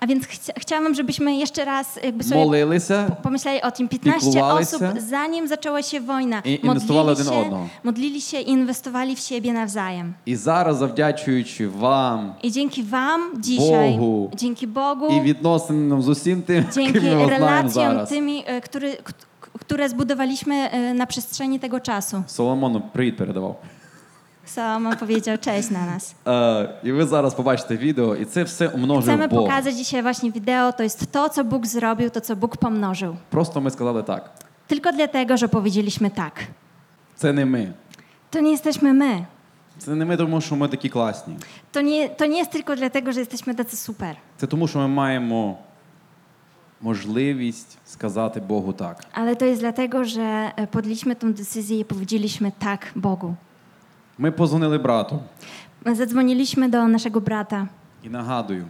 Speaker 3: A więc chcia- chciałabym, żebyśmy jeszcze raz jakby sobie
Speaker 2: молилися.
Speaker 3: pomyśleli o tym. 15
Speaker 2: Piekłowali
Speaker 3: osób,
Speaker 2: się.
Speaker 3: zanim zaczęła się wojna,
Speaker 2: I inwestowali jeden
Speaker 3: się,
Speaker 2: odno.
Speaker 3: modlili się i inwestowali w siebie nawzajem.
Speaker 2: І зараз, завдячуючи вам
Speaker 3: I dzięki wam dzisiaj,
Speaker 2: Bogu.
Speaker 3: dzięki Bogu,
Speaker 2: і відносинам з усім тим,
Speaker 3: dzięki
Speaker 2: ким ми вас знаємо
Speaker 3: relacjom
Speaker 2: зараз.
Speaker 3: tymi, e, który, k- które zbudowaliśmy e, na przestrzeni tego czasu.
Speaker 2: Соломону привіт передавав.
Speaker 3: Salomon powiedział cześć na nas.
Speaker 2: Е, і ви зараз побачите відео, і це все умножив
Speaker 3: Chcemy
Speaker 2: Бог.
Speaker 3: pokazać dzisiaj właśnie wideo, to jest to, co Bóg zrobił, to, co Bóg pomnożył.
Speaker 2: Просто ми сказали так.
Speaker 3: Tylko dlatego, że powiedzieliśmy tak.
Speaker 2: Це не ми.
Speaker 3: To nie jesteśmy my.
Speaker 2: Це не ми, тому що ми такі класні.
Speaker 3: To nie, to nie jest tylko dlatego, że jesteśmy tacy super,
Speaker 2: Це тому, що ми маємо можливість сказати Богу так.
Speaker 3: ale to jest dlatego, że e, podjęliśmy tą decyzję i powiedzieliśmy tak Bogu.
Speaker 2: Ми позвонили брату
Speaker 3: Zadzwoniliśmy do naszego brata
Speaker 2: і nagадую,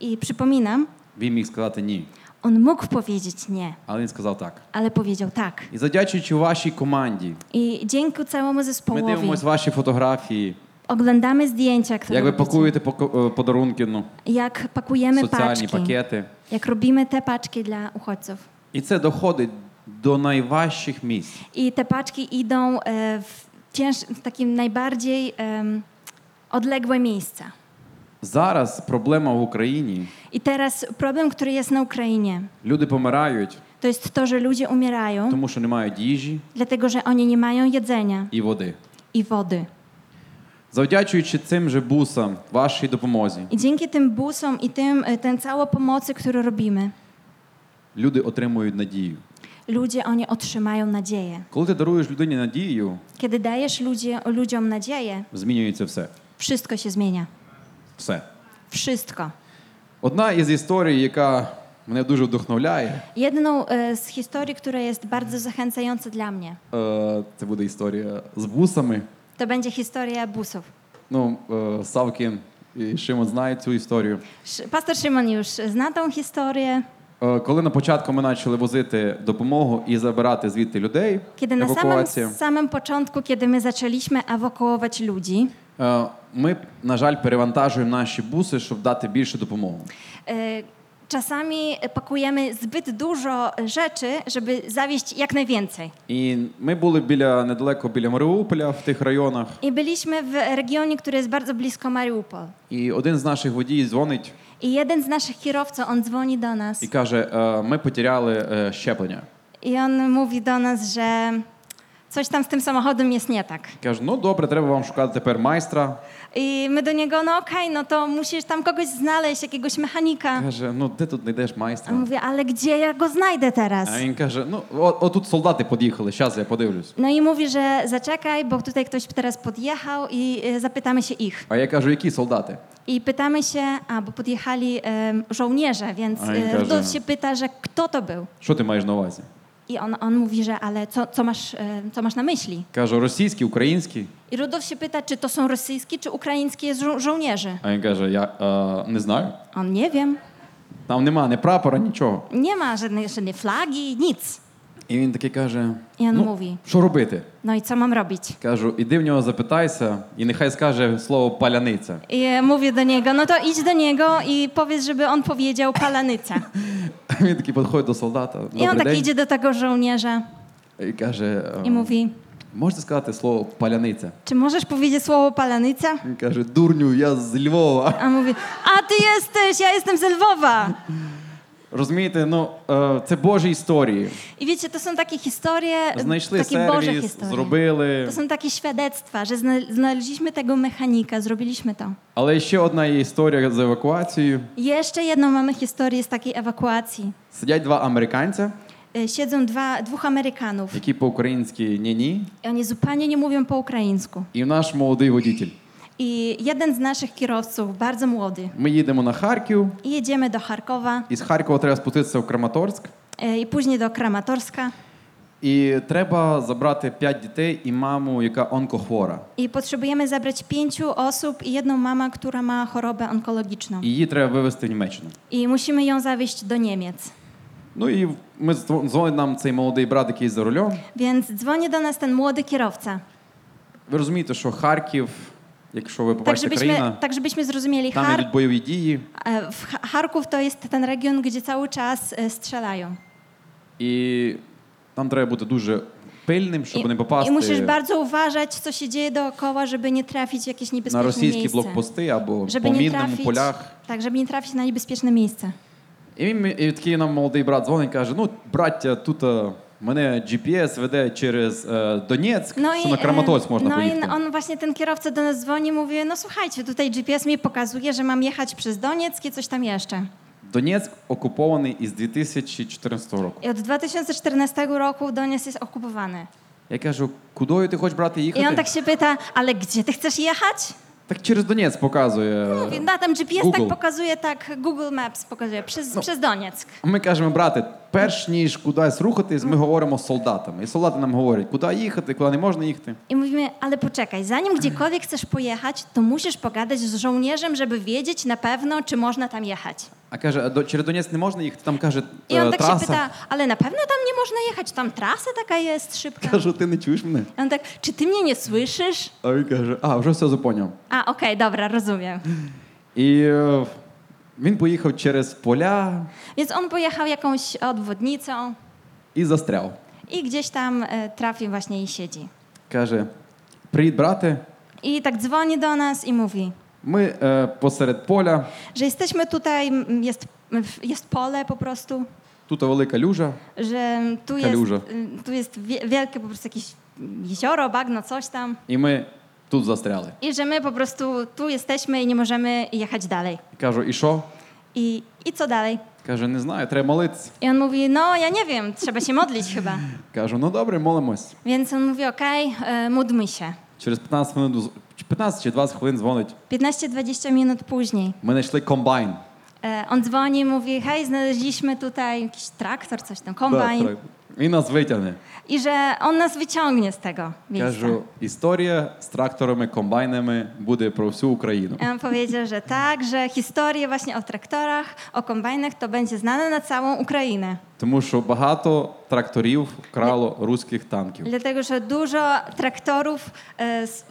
Speaker 3: i przypominam,
Speaker 2: він міг сказати ні,
Speaker 3: on mógł powiedzieć nie,
Speaker 2: але він сказав так.
Speaker 3: ale powiedział tak.
Speaker 2: І завдячуючи вашій команді,
Speaker 3: I dzięki całemu
Speaker 2: ми
Speaker 3: zespołowi
Speaker 2: дивимося ваші фотографії,
Speaker 3: oglądamy zdjęcia, które
Speaker 2: як ви
Speaker 3: robicie,
Speaker 2: пакуєте поко- е, подарунки, ну,
Speaker 3: jak pakujemy
Speaker 2: соціальні
Speaker 3: paczki,
Speaker 2: пакети.
Speaker 3: jak robimy te paczki dla uchodźców.
Speaker 2: І це доходить до найважчих місць.
Speaker 3: I te paczki idą e, w, cięż, w takim najbardziej em, odległe miejsca.
Speaker 2: Зараз проблема в Україні.
Speaker 3: I teraz problem, który jest na Ukrainie,
Speaker 2: Люди помирають,
Speaker 3: to jest to, że ludzie umierają,
Speaker 2: тому що не мають їжі
Speaker 3: dlatego że oni nie mają jedzenia
Speaker 2: і води.
Speaker 3: i wody.
Speaker 2: Завдячуючи цим же бусам, вашій допомозі,
Speaker 3: I dzięki tym busom i tym, e, ten całą pomocy, którą robimy,
Speaker 2: люди отримують надію.
Speaker 3: ludzie oni otrzymają nadzieję.
Speaker 2: Коли ти даруєш людині надію,
Speaker 3: Kiedy dajesz ludzie, ludziom nadzieję,
Speaker 2: змінюється все.
Speaker 3: wszystko się zmienia.
Speaker 2: Все.
Speaker 3: Wszystko.
Speaker 2: Одна із історій, яка мене дуже вдохновляє,
Speaker 3: Jedną e, z historii, która jest bardzo zachęcająca dla mnie,
Speaker 2: е, це буде історія з бусами.
Speaker 3: to będzie historia busów.
Speaker 2: Ну, е, Савкін і Шимон знають цю історію.
Speaker 3: Sz- Pastor Szymon już zna tą historię.
Speaker 2: Е, Коли на початку ми почали возити допомогу і забирати звідти людей,
Speaker 3: Kiedy na samym,
Speaker 2: евакуацію,
Speaker 3: samym początku, kiedy my zaczęliśmy ewakuować ludzi,
Speaker 2: е, ми, на жаль, перевантажуємо наші буси, щоб дати більше допомоги.
Speaker 3: e, czasami pakujemy zbyt dużo rzeczy, żeby zawieźć jak najwięcej.
Speaker 2: І ми були біля недалеко біля Маріуполя w тих районах.
Speaker 3: I byliśmy w regionie, który jest bardzo blisko Mariupol.
Speaker 2: І один з наших водіїв дзвонить
Speaker 3: I jeden z naszych kierowców, on dzwoni do nas
Speaker 2: і каже: е, Ми потеряли е, щеплення.
Speaker 3: i on mówi do nas, że coś tam z tym samochodem jest nie tak.
Speaker 2: Каже, ну добре, треба вам szukać тепер майстра.
Speaker 3: I my do niego, no okej, no to musisz tam kogoś znaleźć, jakiegoś mechanika.
Speaker 2: Каже, ну де тут знайдеш
Speaker 3: A
Speaker 2: майстра?
Speaker 3: mówię, ale gdzie ja go znajdę teraz?
Speaker 2: А він каже: ну, о- отут солдати під'їхали, зараз я подивлюсь.
Speaker 3: No i mówi, że zaczekaj, bo tutaj ktoś teraz podjechał i y, zapytamy się ich.
Speaker 2: А я кажу, які солдати?
Speaker 3: I pytamy się, a bo podjechali em, żołnierze, więc
Speaker 2: A
Speaker 3: y,
Speaker 2: i każdy-
Speaker 3: Rudolf się pyta, że kto to był.
Speaker 2: Що ти маєш на увазі?
Speaker 3: I on, on mówi, że ale co, co, masz, em, co masz na myśli?
Speaker 2: Кажу, російські, українські.
Speaker 3: I Rudolf się pyta, czy to są rosyjskie czy ukraińskie żo- żołnierze.
Speaker 2: А він каже: Я е, не знаю.
Speaker 3: On nie wiem.
Speaker 2: Там нема ні прапора, нічого.
Speaker 3: Nie ma żadnej, żadnej flagi, nic.
Speaker 2: І він такий каже:
Speaker 3: I on
Speaker 2: ну,
Speaker 3: mówi,
Speaker 2: що робити?
Speaker 3: no i co mam robić?
Speaker 2: Кажу, іди в нього запитайся, і нехай skаже слово паляниця. *laughs*
Speaker 3: I mówię do niego, no to idź do niego i powiedz, żeby on powiedział
Speaker 2: *laughs*
Speaker 3: palanica.
Speaker 2: Він такий підходить до солдата.
Speaker 3: I on
Speaker 2: Добрий
Speaker 3: tak
Speaker 2: день.
Speaker 3: idzie do tego żołnierza
Speaker 2: І каже: «Е,
Speaker 3: i mówi,
Speaker 2: можете сказати слово паляниця?
Speaker 3: czy możesz powiedzieć słowo palanica?
Speaker 2: Він каже, дурню, я з Львова.
Speaker 3: A mówi, a ty jesteś, ja jestem z Lwowa.
Speaker 2: Розумієте, ну е, це Божі історії.
Speaker 3: I wiecie, to są takie historie,
Speaker 2: Знайшли
Speaker 3: takie Boże
Speaker 2: сервіс,
Speaker 3: historie.
Speaker 2: зробили.
Speaker 3: To są takie świadectwa, że zna- znaleźliśmy tego mechanika, zrobiliśmy to.
Speaker 2: Але ще одна є історія з евакуацією.
Speaker 3: Jeszcze jedną mamy historię z takiej ewakuacji.
Speaker 2: Сидять два американця,
Speaker 3: Y, Siedzą dwa, dwóch Amerykanów
Speaker 2: які по-українськи ні-ні,
Speaker 3: i oni zupełnie nie mówią po ukraińsku.
Speaker 2: і наш молодий водітель.
Speaker 3: I jeden z naszych kierowców, bardzo młody,
Speaker 2: Ми їдемо на Харків,
Speaker 3: I Jedziemy do Charkowa
Speaker 2: і з Харкова треба спуститися в Краматорськ.
Speaker 3: e, i później do Kramatorska
Speaker 2: І треба забрати п'ять дітей і маму, яка онкохвора.
Speaker 3: i potrzebujemy zabrać pięciu osób i jedną mamę, która ma chorobę onkologiczną.
Speaker 2: І Її треба вивезти в Німеччину.
Speaker 3: I musimy ją zawieźć do Niemiec.
Speaker 2: Ну і ми здво- дзвонить нам цей молодий брат, який за рулем.
Speaker 3: Więc dzwoni do nas ten młody kierowca.
Speaker 2: Ви розумієте, що Харків, якщо ви
Speaker 3: Tak
Speaker 2: побачите
Speaker 3: żebyśmy,
Speaker 2: країна,
Speaker 3: tak żebyśmy zrozumieli,
Speaker 2: там
Speaker 3: Char-
Speaker 2: йдуть бойові дії.
Speaker 3: e, w Ch- Charków to jest ten region, gdzie cały czas e, strzelają.
Speaker 2: І там треба бути дуже пильним,
Speaker 3: I,
Speaker 2: щоб не
Speaker 3: I musisz
Speaker 2: попасти
Speaker 3: bardzo uważać, co się dzieje dookoła, żeby nie trafić w jakieś
Speaker 2: на
Speaker 3: niebezpieczne
Speaker 2: російські
Speaker 3: miejsce.
Speaker 2: блокпости або
Speaker 3: Żeby
Speaker 2: по
Speaker 3: nie
Speaker 2: мінному
Speaker 3: trafić,
Speaker 2: полях.
Speaker 3: tak, żeby nie trafić na niebezpieczne miejsce.
Speaker 2: І він мі- і такий нам молодий брат дзвонить, каже: ну, браття, тут е, мене GPS веде через е, Донецьк, що на
Speaker 3: e,
Speaker 2: Краматорськ можна
Speaker 3: no
Speaker 2: поїхати.
Speaker 3: i on właśnie ten kierowca do nas dzwoni i mówi, no słuchajcie, tutaj GPS mi pokazuje, że mam jechać przez Donieck i coś tam jeszcze.
Speaker 2: Донецьк окупований із 2014 року.
Speaker 3: I od 2014 roku Donieck jest okupowany.
Speaker 2: Я кажу, кудою ти хочеш брати
Speaker 3: I on
Speaker 2: їхати?
Speaker 3: tak się pyta, ale gdzie ty chcesz jechać?
Speaker 2: Так через Донецьк показує.
Speaker 3: Mówi, no tam GPS
Speaker 2: Google.
Speaker 3: tak pokazuje, tak Google Maps pokazuje, przez, przez Donieck.
Speaker 2: Ми кажемо, брате, перш ніж кудись рухатись, ми говоримо з солдатами. І солдати нам говорять, куди їхати, куди не можна їхати.
Speaker 3: I mówimy, ale poczekaj, zanim gdziekolwiek chcesz pojechać, to musisz pogadać z żołnierzem, żeby wiedzieć na pewno, czy można tam jechać.
Speaker 2: А каже, а до- через Донецьк не можна їхати, там каже
Speaker 3: I on
Speaker 2: е,
Speaker 3: tak się
Speaker 2: траса.
Speaker 3: pyta, ale na pewno tam nie można jechać, tam trasa taka jest szybka.
Speaker 2: *laughs* Кажу, ти не чуєш мене?
Speaker 3: I On tak, czy ty mnie nie słyszysz?
Speaker 2: А він каже, а, вже все зупоняв.
Speaker 3: A, okej, dobra, rozumiem.
Speaker 2: І е, він поїхав через поля
Speaker 3: Więc on pojechał jakąś odwodnicą
Speaker 2: і zasтряв.
Speaker 3: i gdzieś tam e, trafił właśnie i siedzi.
Speaker 2: Каже: Привіт, брате.
Speaker 3: I tak dzwoni do nas i mówi,
Speaker 2: Ми е, посеред поля,
Speaker 3: że jesteśmy tutaj, m, jest, w- jest pole po prostu,
Speaker 2: тут велика люжа.
Speaker 3: że tu jest,
Speaker 2: Kaluża.
Speaker 3: y, tu jest wie- wielkie po prostu jakieś mm, jezioro, bagno, coś tam.
Speaker 2: І ми тут застряли.
Speaker 3: I że my po prostu tu jesteśmy i nie możemy jechać dalej.
Speaker 2: Кажу, і що?
Speaker 3: I, i co dalej?
Speaker 2: Каже, не знаю, треба молитися.
Speaker 3: I on mówi, no ja nie wiem, trzeba się modlić chyba.
Speaker 2: Кажу, ну добре, молимось.
Speaker 3: Więc on mówi, okej, okay, módlmy się.
Speaker 2: Через 15 хвилин дз- 15 чи 20 хвилин дзвонить.
Speaker 3: 15-20 minut później
Speaker 2: Ми знайшли комбайн.
Speaker 3: E, On dzwoni i mówi, hej, znaleźliśmy tutaj jakiś traktor, coś tam, kombajn.
Speaker 2: Так, так. І нас витягне.
Speaker 3: I że on nas wyciągnie z tego miejsca.
Speaker 2: Кажу, історія з тракторами, комбайнами буде про всю Україну.
Speaker 3: Ja bym powiedział, że tak, że historie właśnie o traktorach, o kombajnach to będzie znane na całą Ukrainę.
Speaker 2: Тому що багато тракторів вкрало руських танків.
Speaker 3: Dlatego, że dużo traktorów e, s-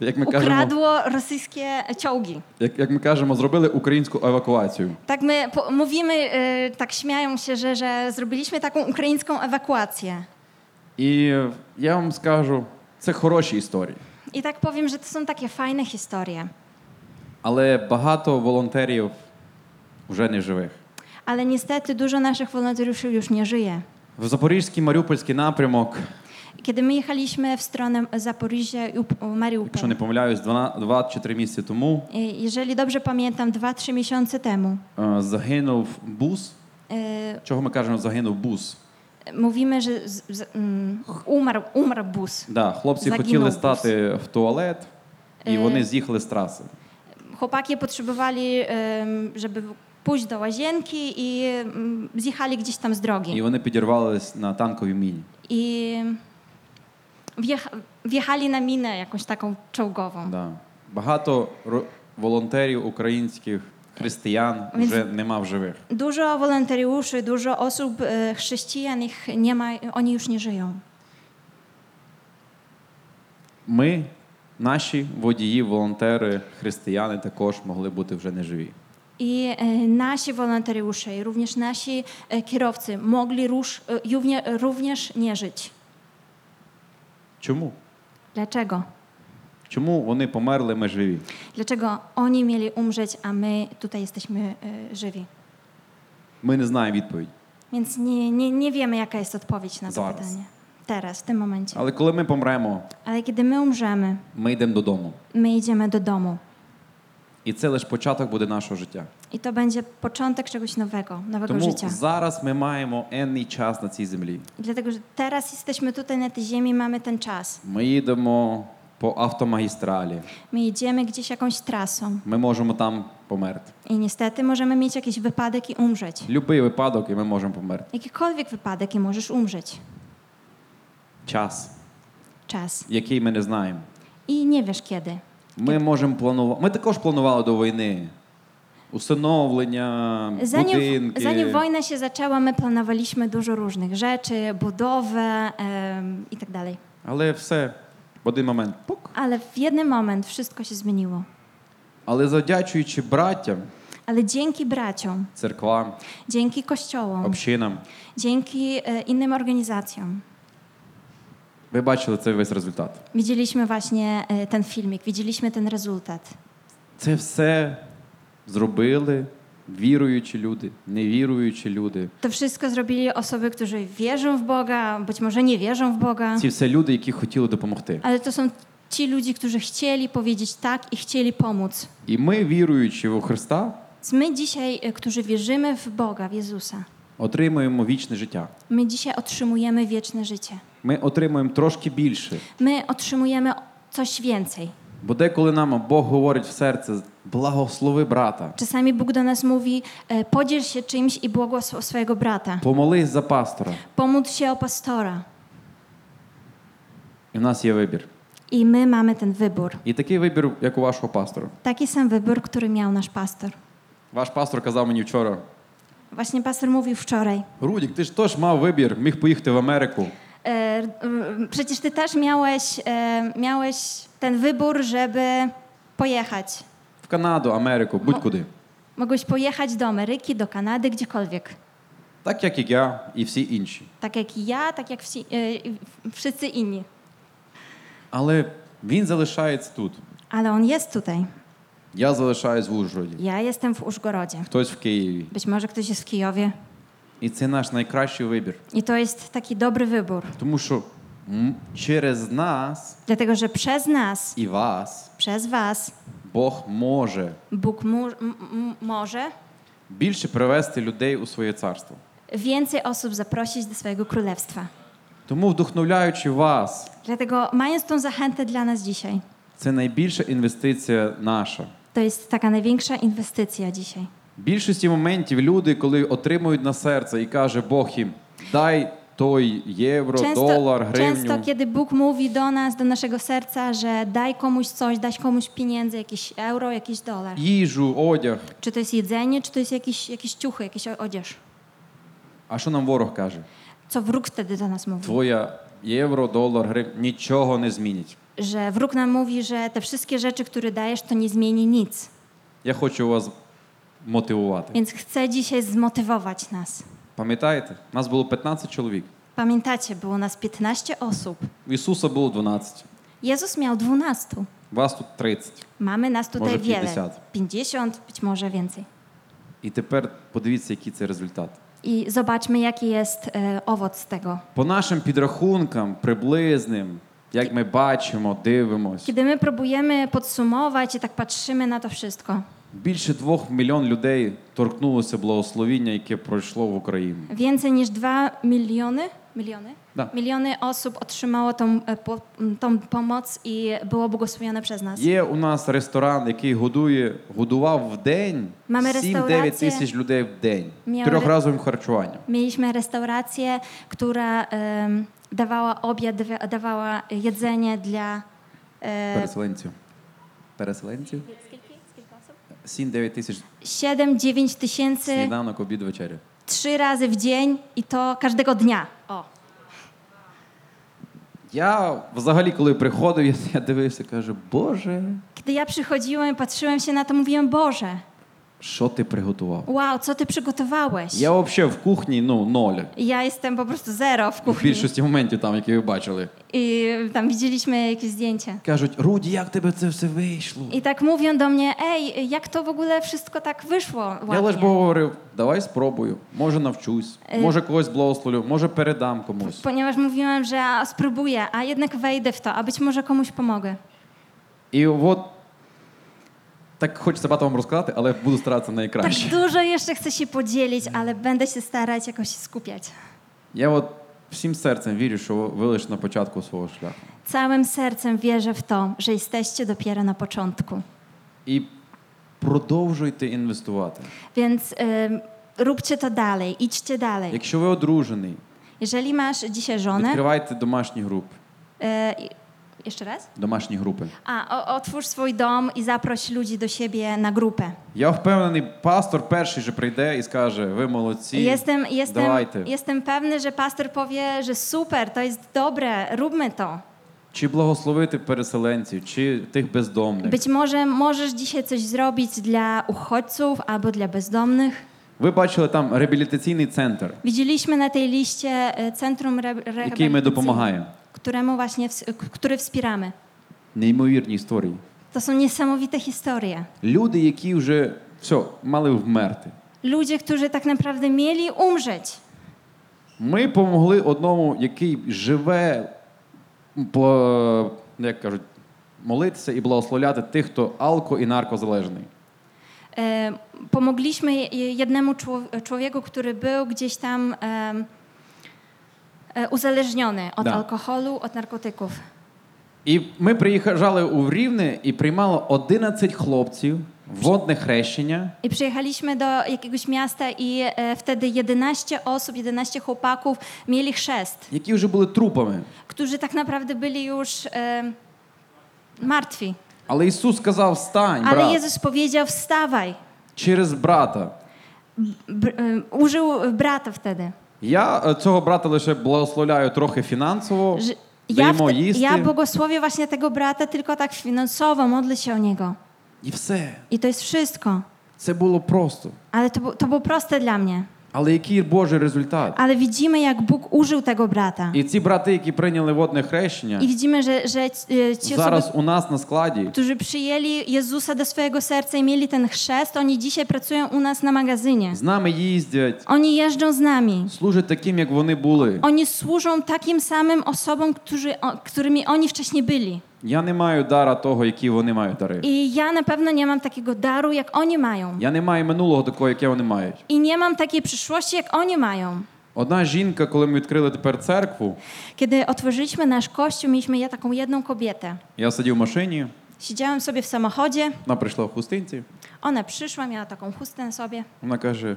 Speaker 2: Як ми кажемо,
Speaker 3: ukradło rosyjskie ciągi.
Speaker 2: як, як ми кажемо, зробили українську евакуацію.
Speaker 3: Tak my po, mówimy, e, tak śmieją się, że, że zrobiliśmy taką ukraińską ewakuację.
Speaker 2: І я вам скажу, це хороші історії.
Speaker 3: I tak powiem, że to są takie fajne historie,
Speaker 2: Але багато волонтерів вже не живих.
Speaker 3: ale niestety dużo naszych wolontariuszy już nie żyje.
Speaker 2: В Запорізький Маріупольський напрямок,
Speaker 3: Kiedy my jechaliśmy w stronę Zaporiżia i Up- Mariupol,
Speaker 2: якщо не помиляюсь, 12 два чи три місяці тому
Speaker 3: e, jeżeli dobrze pamiętam, dwa, trzy miesiące temu,
Speaker 2: е, загинув бус.
Speaker 3: e,
Speaker 2: Чого ми кажемо, загинув бус?
Speaker 3: mówimy, że z, z, mm, umarł, umarł bus.
Speaker 2: Да, хлопці
Speaker 3: Загинув
Speaker 2: хотіли
Speaker 3: бус.
Speaker 2: стати в туалет, і
Speaker 3: Е.
Speaker 2: вони з'їхали з траси.
Speaker 3: Chłopaki potrzebowali, em, żeby pójść do łazienki i mm, zjechali gdzieś tam z drogi.
Speaker 2: І вони підірвались на танковій міні.
Speaker 3: i wjecha- wjechali na minę jakąś taką czołgową.
Speaker 2: Да. Багато ро- волонтерів українських християн
Speaker 3: Він-
Speaker 2: вже нема в живих.
Speaker 3: Dużo wolontariuszy, dużo osób e, chrześcijan, ich nie ma, oni już nie żyją.
Speaker 2: Ми, наші водії, волонтери, християни також могли бути вже не живі.
Speaker 3: I e, nasi wolontariusze, i również nasi e, kierowcy mogli róż, e, równie, również nie żyć.
Speaker 2: Чому?
Speaker 3: Dlaczego?
Speaker 2: Чому вони померли, ми живі?
Speaker 3: Dlaczego oni mieli umrzeć, a my tutaj jesteśmy e, żywi?
Speaker 2: Ми не знаємо відповідь.
Speaker 3: Więc nie, nie, nie wiemy, jaka jest odpowiedź na to
Speaker 2: Zaraz.
Speaker 3: pytanie. Teraz, w tym momencie.
Speaker 2: Але коли ми помремо,
Speaker 3: Ale kiedy my umrzemy,
Speaker 2: ми йдемо додому.
Speaker 3: my idziemy do domu.
Speaker 2: І це лише початок буде нашого життя.
Speaker 3: I to będzie początek czegoś nowego, nowego
Speaker 2: Тому
Speaker 3: życia.
Speaker 2: зараз ми маємо енний час на цій землі.
Speaker 3: I Dlatego, że teraz jesteśmy tutaj na tej ziemi, mamy ten czas.
Speaker 2: Ми їдемо по автомагістралі.
Speaker 3: My jedziemy gdzieś jakąś trasą
Speaker 2: Ми możемо там померти.
Speaker 3: i niestety możemy mieć jakiś wypadek i umrzeć.
Speaker 2: Любий випадок, і ми можемо померти.
Speaker 3: Jakikolwiek wypadek i możesz umrzeć.
Speaker 2: Час,
Speaker 3: Czas.
Speaker 2: який ми не знаємо.
Speaker 3: I nie wiesz kiedy.
Speaker 2: Ми можемо планувати. Ми також планували до війни. Усиновлення,
Speaker 3: Zanim,
Speaker 2: будинки.
Speaker 3: zanim wojna się zaczęła, my planowaliśmy dużo różnych rzeczy, budowę em, i tak dalej.
Speaker 2: Але все в один момент. Пук.
Speaker 3: Ale w jeden moment wszystko się zmieniło.
Speaker 2: Але завдячуючи браттям,
Speaker 3: Ale dzięki braciom,
Speaker 2: церквам,
Speaker 3: dzięki kościołom,
Speaker 2: общинам,
Speaker 3: dzięki e, innym organizacjom,
Speaker 2: ви бачили цей весь результат.
Speaker 3: Widzieliśmy właśnie e, ten filmik, widzieliśmy ten rezultat.
Speaker 2: Це все зробили віруючі люди, невіруючі люди.
Speaker 3: To wszystko zrobili osoby, którzy wierzą w Boga, być може nie wierzą w Boga,
Speaker 2: Ці все люди, які хотіли допомогти.
Speaker 3: ale to są ci ludzie, którzy chcieli powiedzieć tak i chcieli pomóc.
Speaker 2: І ми, віруючи в Христа,
Speaker 3: Więc My dzisiaj, e, którzy wierzymy w Boga, w Jezusa,
Speaker 2: отримуємо вічне життя.
Speaker 3: my dzisiaj otrzymujemy wieczne życie.
Speaker 2: Ми отримуємо трошки більше.
Speaker 3: My otrzymujemy coś więcej.
Speaker 2: Бо деколи нам Бог говорить в серце: благослови брата,
Speaker 3: Czasami Bóg do nas mówi, e, podziel się czymś i błogosław swojego brata.
Speaker 2: помолись за пастора.
Speaker 3: Pomódl się o pastora.
Speaker 2: І в нас є вибір.
Speaker 3: I my mamy ten wybór.
Speaker 2: І такий вибір, як у вашого пастора.
Speaker 3: Taki sam wybór, który miał nasz pastor.
Speaker 2: Ваш пастор казав мені вчора:
Speaker 3: Właśnie pastor mówił wczoraj.
Speaker 2: Рудік, ти ж теж мав вибір, міг поїхати в Америку.
Speaker 3: E, m, przecież ty też miałeś, e, miałeś ten wybór, żeby pojechać.
Speaker 2: В Канаду, Америку, будь-куди.
Speaker 3: Mogłeś pojechać do Ameryki, do Kanady, gdziekolwiek.
Speaker 2: Так як і я, і всі інші.
Speaker 3: Tak jak ja, tak jak wsi, e, wszyscy inni.
Speaker 2: Але він залишається тут.
Speaker 3: Ale on jest tutaj.
Speaker 2: Я залишаюсь в Ужгороді,
Speaker 3: Ja jestem w Użgorodzie.
Speaker 2: хтось в Києві.
Speaker 3: Być może ktoś jest w Kijowie.
Speaker 2: І це наш найкращий вибір.
Speaker 3: I to jest taki dobry wybór.
Speaker 2: Тому що м, через нас
Speaker 3: Dlatego, że przez nas,
Speaker 2: і вас
Speaker 3: przez was,
Speaker 2: Бог може
Speaker 3: Bóg mu, m, m, może
Speaker 2: більше привести людей у своє царство.
Speaker 3: więcej osób zaprosić do swojego królestwa.
Speaker 2: Тому, вдохновляючи вас,
Speaker 3: Dlatego, mając tą zachętę dla nas dzisiaj,
Speaker 2: це найбільша інвестиція наша.
Speaker 3: To jest taka największa inwestycja dzisiaj.
Speaker 2: більшості моментів люди, коли отримують на серце і каже Бог їм, дай той євро, долар, гривню.
Speaker 3: często, kiedy Bóg mówi do nas, do naszego serca, że daj komuś coś, daj komuś pieniędzy, jakieś euro, jakiś dolar.
Speaker 2: Їжу, одяг.
Speaker 3: Czy to jest jedzenie, czy to jest jakieś, jakieś ciuchy, jakieś o- odzież.
Speaker 2: А що нам ворог каже?
Speaker 3: Co wróg wtedy do nas mówi?
Speaker 2: Твоя євро, долар, гривня нічого не змінить.
Speaker 3: Że wróg nam mówi, że te wszystkie rzeczy, które dajesz, to nie zmieni nic.
Speaker 2: Я хочу вас мотивувати.
Speaker 3: Więc chcę dzisiaj zmotywować nas.
Speaker 2: Пам'ятаєте? Нас було 15 чоловік.
Speaker 3: Pamiętacie, było nas 15 osób.
Speaker 2: У Ісуса було 12.
Speaker 3: Jezus miał 12.
Speaker 2: Вас тут 30.
Speaker 3: Mamy nas tutaj
Speaker 2: Może
Speaker 3: wiele.
Speaker 2: 50.
Speaker 3: 50, być może więcej.
Speaker 2: І тепер подивіться, який це результат.
Speaker 3: I zobaczmy, jaki jest e, owoc tego.
Speaker 2: По нашим підрахункам, приблизним, як ми бачимо, дивимось,
Speaker 3: Kiedy my próbujemy podsumować i tak patrzymy na to wszystko,
Speaker 2: більше двох мільйон людей торкнулося благословіння, яке пройшло в Україну.
Speaker 3: więcej niż 2 miliony, miliony?
Speaker 2: Да.
Speaker 3: Miliony osób otrzymało tą, e, po, m, tą pomoc i było błogosławione przez nas.
Speaker 2: Є у нас ресторан, який годує, годував в день 7-9
Speaker 3: Мами ресторація.
Speaker 2: тисяч людей в день
Speaker 3: М'яли.
Speaker 2: трьохразовим харчуванням.
Speaker 3: Mieliśmy restaurację, która em, dawała obiad, dawa- dawała jedzenie dla e,
Speaker 2: Переселенців. Переселенців? 7-9 тисяч
Speaker 3: 7-9 tysięcy
Speaker 2: сніданок, обід, вечеря.
Speaker 3: trzy razy w dzień i to każdego dnia. O.
Speaker 2: Я взагалі, коли приходив, я, я дивився, кажу, Боже,
Speaker 3: Kiedy ja przychodziłem, patrzyłem się na to, mówiłem, Boże,
Speaker 2: що ти приготував?
Speaker 3: wow, co ty przygotowałeś?
Speaker 2: Я взагалі в кухні ну, ноль.
Speaker 3: Ja jestem po prostu zero w
Speaker 2: В
Speaker 3: kuchni.
Speaker 2: більшості моментів там, які ви бачили.
Speaker 3: I tam widzieliśmy jakieś zdjęcie.
Speaker 2: Кажуть, Руді, як тебе це все вийшло?
Speaker 3: I tak mówią do mnie, ej, jak to w ogóle wszystko tak wyszło
Speaker 2: Я лиш
Speaker 3: ładnie?
Speaker 2: говорив, давай спробую, може навчусь, може когось благословлю, може передам комусь.
Speaker 3: Ponieważ mówiłam, że a, spróbuję, a jednak wejdę w to, a być może komuś pomogę.
Speaker 2: І от так хочеться багато вам розказати, але буду старатися
Speaker 3: Tak
Speaker 2: найкраще.
Speaker 3: dużo jeszcze chcę się podzielić, ale będę się starać jakoś skupiać.
Speaker 2: Я от всім серцем вірю, що ви лише на початку свого шляху.
Speaker 3: Całym sercem wierzę w to, że jesteście dopiero na początku.
Speaker 2: І продовжуйте інвестувати.
Speaker 3: Więc ym, róbcie to dalej, idźcie dalej.
Speaker 2: Якщо ви одружений,
Speaker 3: Jeżeli masz dzisiaj żonę...
Speaker 2: відкривайте домашні групи.
Speaker 3: e, i- jeszcze raz?
Speaker 2: Домашні групи.
Speaker 3: A, o, otwórz swój dom i zaproś ludzi do siebie na grupę.
Speaker 2: Я впевнений, пастор перший же прийде і скаже: ви молодці.
Speaker 3: Jestem, jestem,
Speaker 2: Давайте.
Speaker 3: jestem pewny, że pastor powie, że super, to jest dobre, róbmy to.
Speaker 2: Чи благословити переселенців, чи тих бездомних.
Speaker 3: Być może możesz dzisiaj coś zrobić dla uchodźców albo dla bezdomnych.
Speaker 2: Ви бачили там реабілітаційний центр,
Speaker 3: Widzieliśmy na tej liście e, Centrum Re-
Speaker 2: який ми
Speaker 3: Rehabilitacyjne,
Speaker 2: допомагаємо.
Speaker 3: któremu właśnie, ws- k- który wspieramy.
Speaker 2: Неймовірні історії.
Speaker 3: To są niesamowite historie.
Speaker 2: Люди, які вже все мали вмерти.
Speaker 3: Ludzie, którzy tak naprawdę mieli umrzeć.
Speaker 2: Ми помогли одному, який живе, по, як кажуть, молитися і благословляти тих, хто алко і наркозалежний.
Speaker 3: E, Pomogliśmy je- jednemu człow- człowieku, który był gdzieś tam em, e, uzależniony od
Speaker 2: Da.
Speaker 3: alkoholu, od narkotyków.
Speaker 2: І ми приїжджали у Рівне і приймали 11 хлопців, водне хрещення.
Speaker 3: I przyjechaliśmy do jakiegoś miasta i e, wtedy 11 osób, 11 chłopaków mieli chrzest,
Speaker 2: які вже були трупами.
Speaker 3: którzy tak naprawdę byli już em, martwi.
Speaker 2: Але Ісус сказав: Встань, брат,
Speaker 3: Ale Jezus powiedział, wstawaj.
Speaker 2: через брата.
Speaker 3: Br- em, użył brata wtedy.
Speaker 2: Я е, цього брата лише благословляю трохи фінансово.
Speaker 3: Że- Ja,
Speaker 2: Даємо
Speaker 3: wte-
Speaker 2: їсти
Speaker 3: ja błogosławię właśnie tego brata tylko tak finansowo, modlę się o niego.
Speaker 2: і все.
Speaker 3: I to jest wszystko.
Speaker 2: Це було просто.
Speaker 3: Ale to, bu- to było proste dla mnie.
Speaker 2: Але який Божий результат?
Speaker 3: Ale widzimy, jak Bóg użył tego brata.
Speaker 2: І ці брати, які прийняли водне
Speaker 3: I
Speaker 2: хрещення,
Speaker 3: widzimy, że, że ci e, ci
Speaker 2: зараз
Speaker 3: osoby,
Speaker 2: у нас на складі
Speaker 3: którzy przyjęli Jezusa do swojego serca i mieli ten chrzest, oni dzisiaj pracują u nas na magazynie.
Speaker 2: з нами їздять,
Speaker 3: Oni jeżdżą z nami.
Speaker 2: служать таким, як вони були.
Speaker 3: Oni służą takim samym osobom, którzy, o, którymi oni wcześniej byli.
Speaker 2: Я не маю дара того, який вони мають дари.
Speaker 3: I ja na pewno nie mam takiego daru, jak oni mają.
Speaker 2: Я не маю минулого такого, яке вони мають.
Speaker 3: I nie mam takiej przyszłości, jak oni mają.
Speaker 2: Одна жінка, коли ми відкрили тепер церкву,
Speaker 3: Kiedy otworzyliśmy nasz kościół, mieliśmy ja taką jedną kobietę.
Speaker 2: я сидів в машині,
Speaker 3: Siedziałem sobie w samochodzie,
Speaker 2: Вона прийшла в хустинці,
Speaker 3: ona przyszła, miała taką chustę na sobie
Speaker 2: вона каже: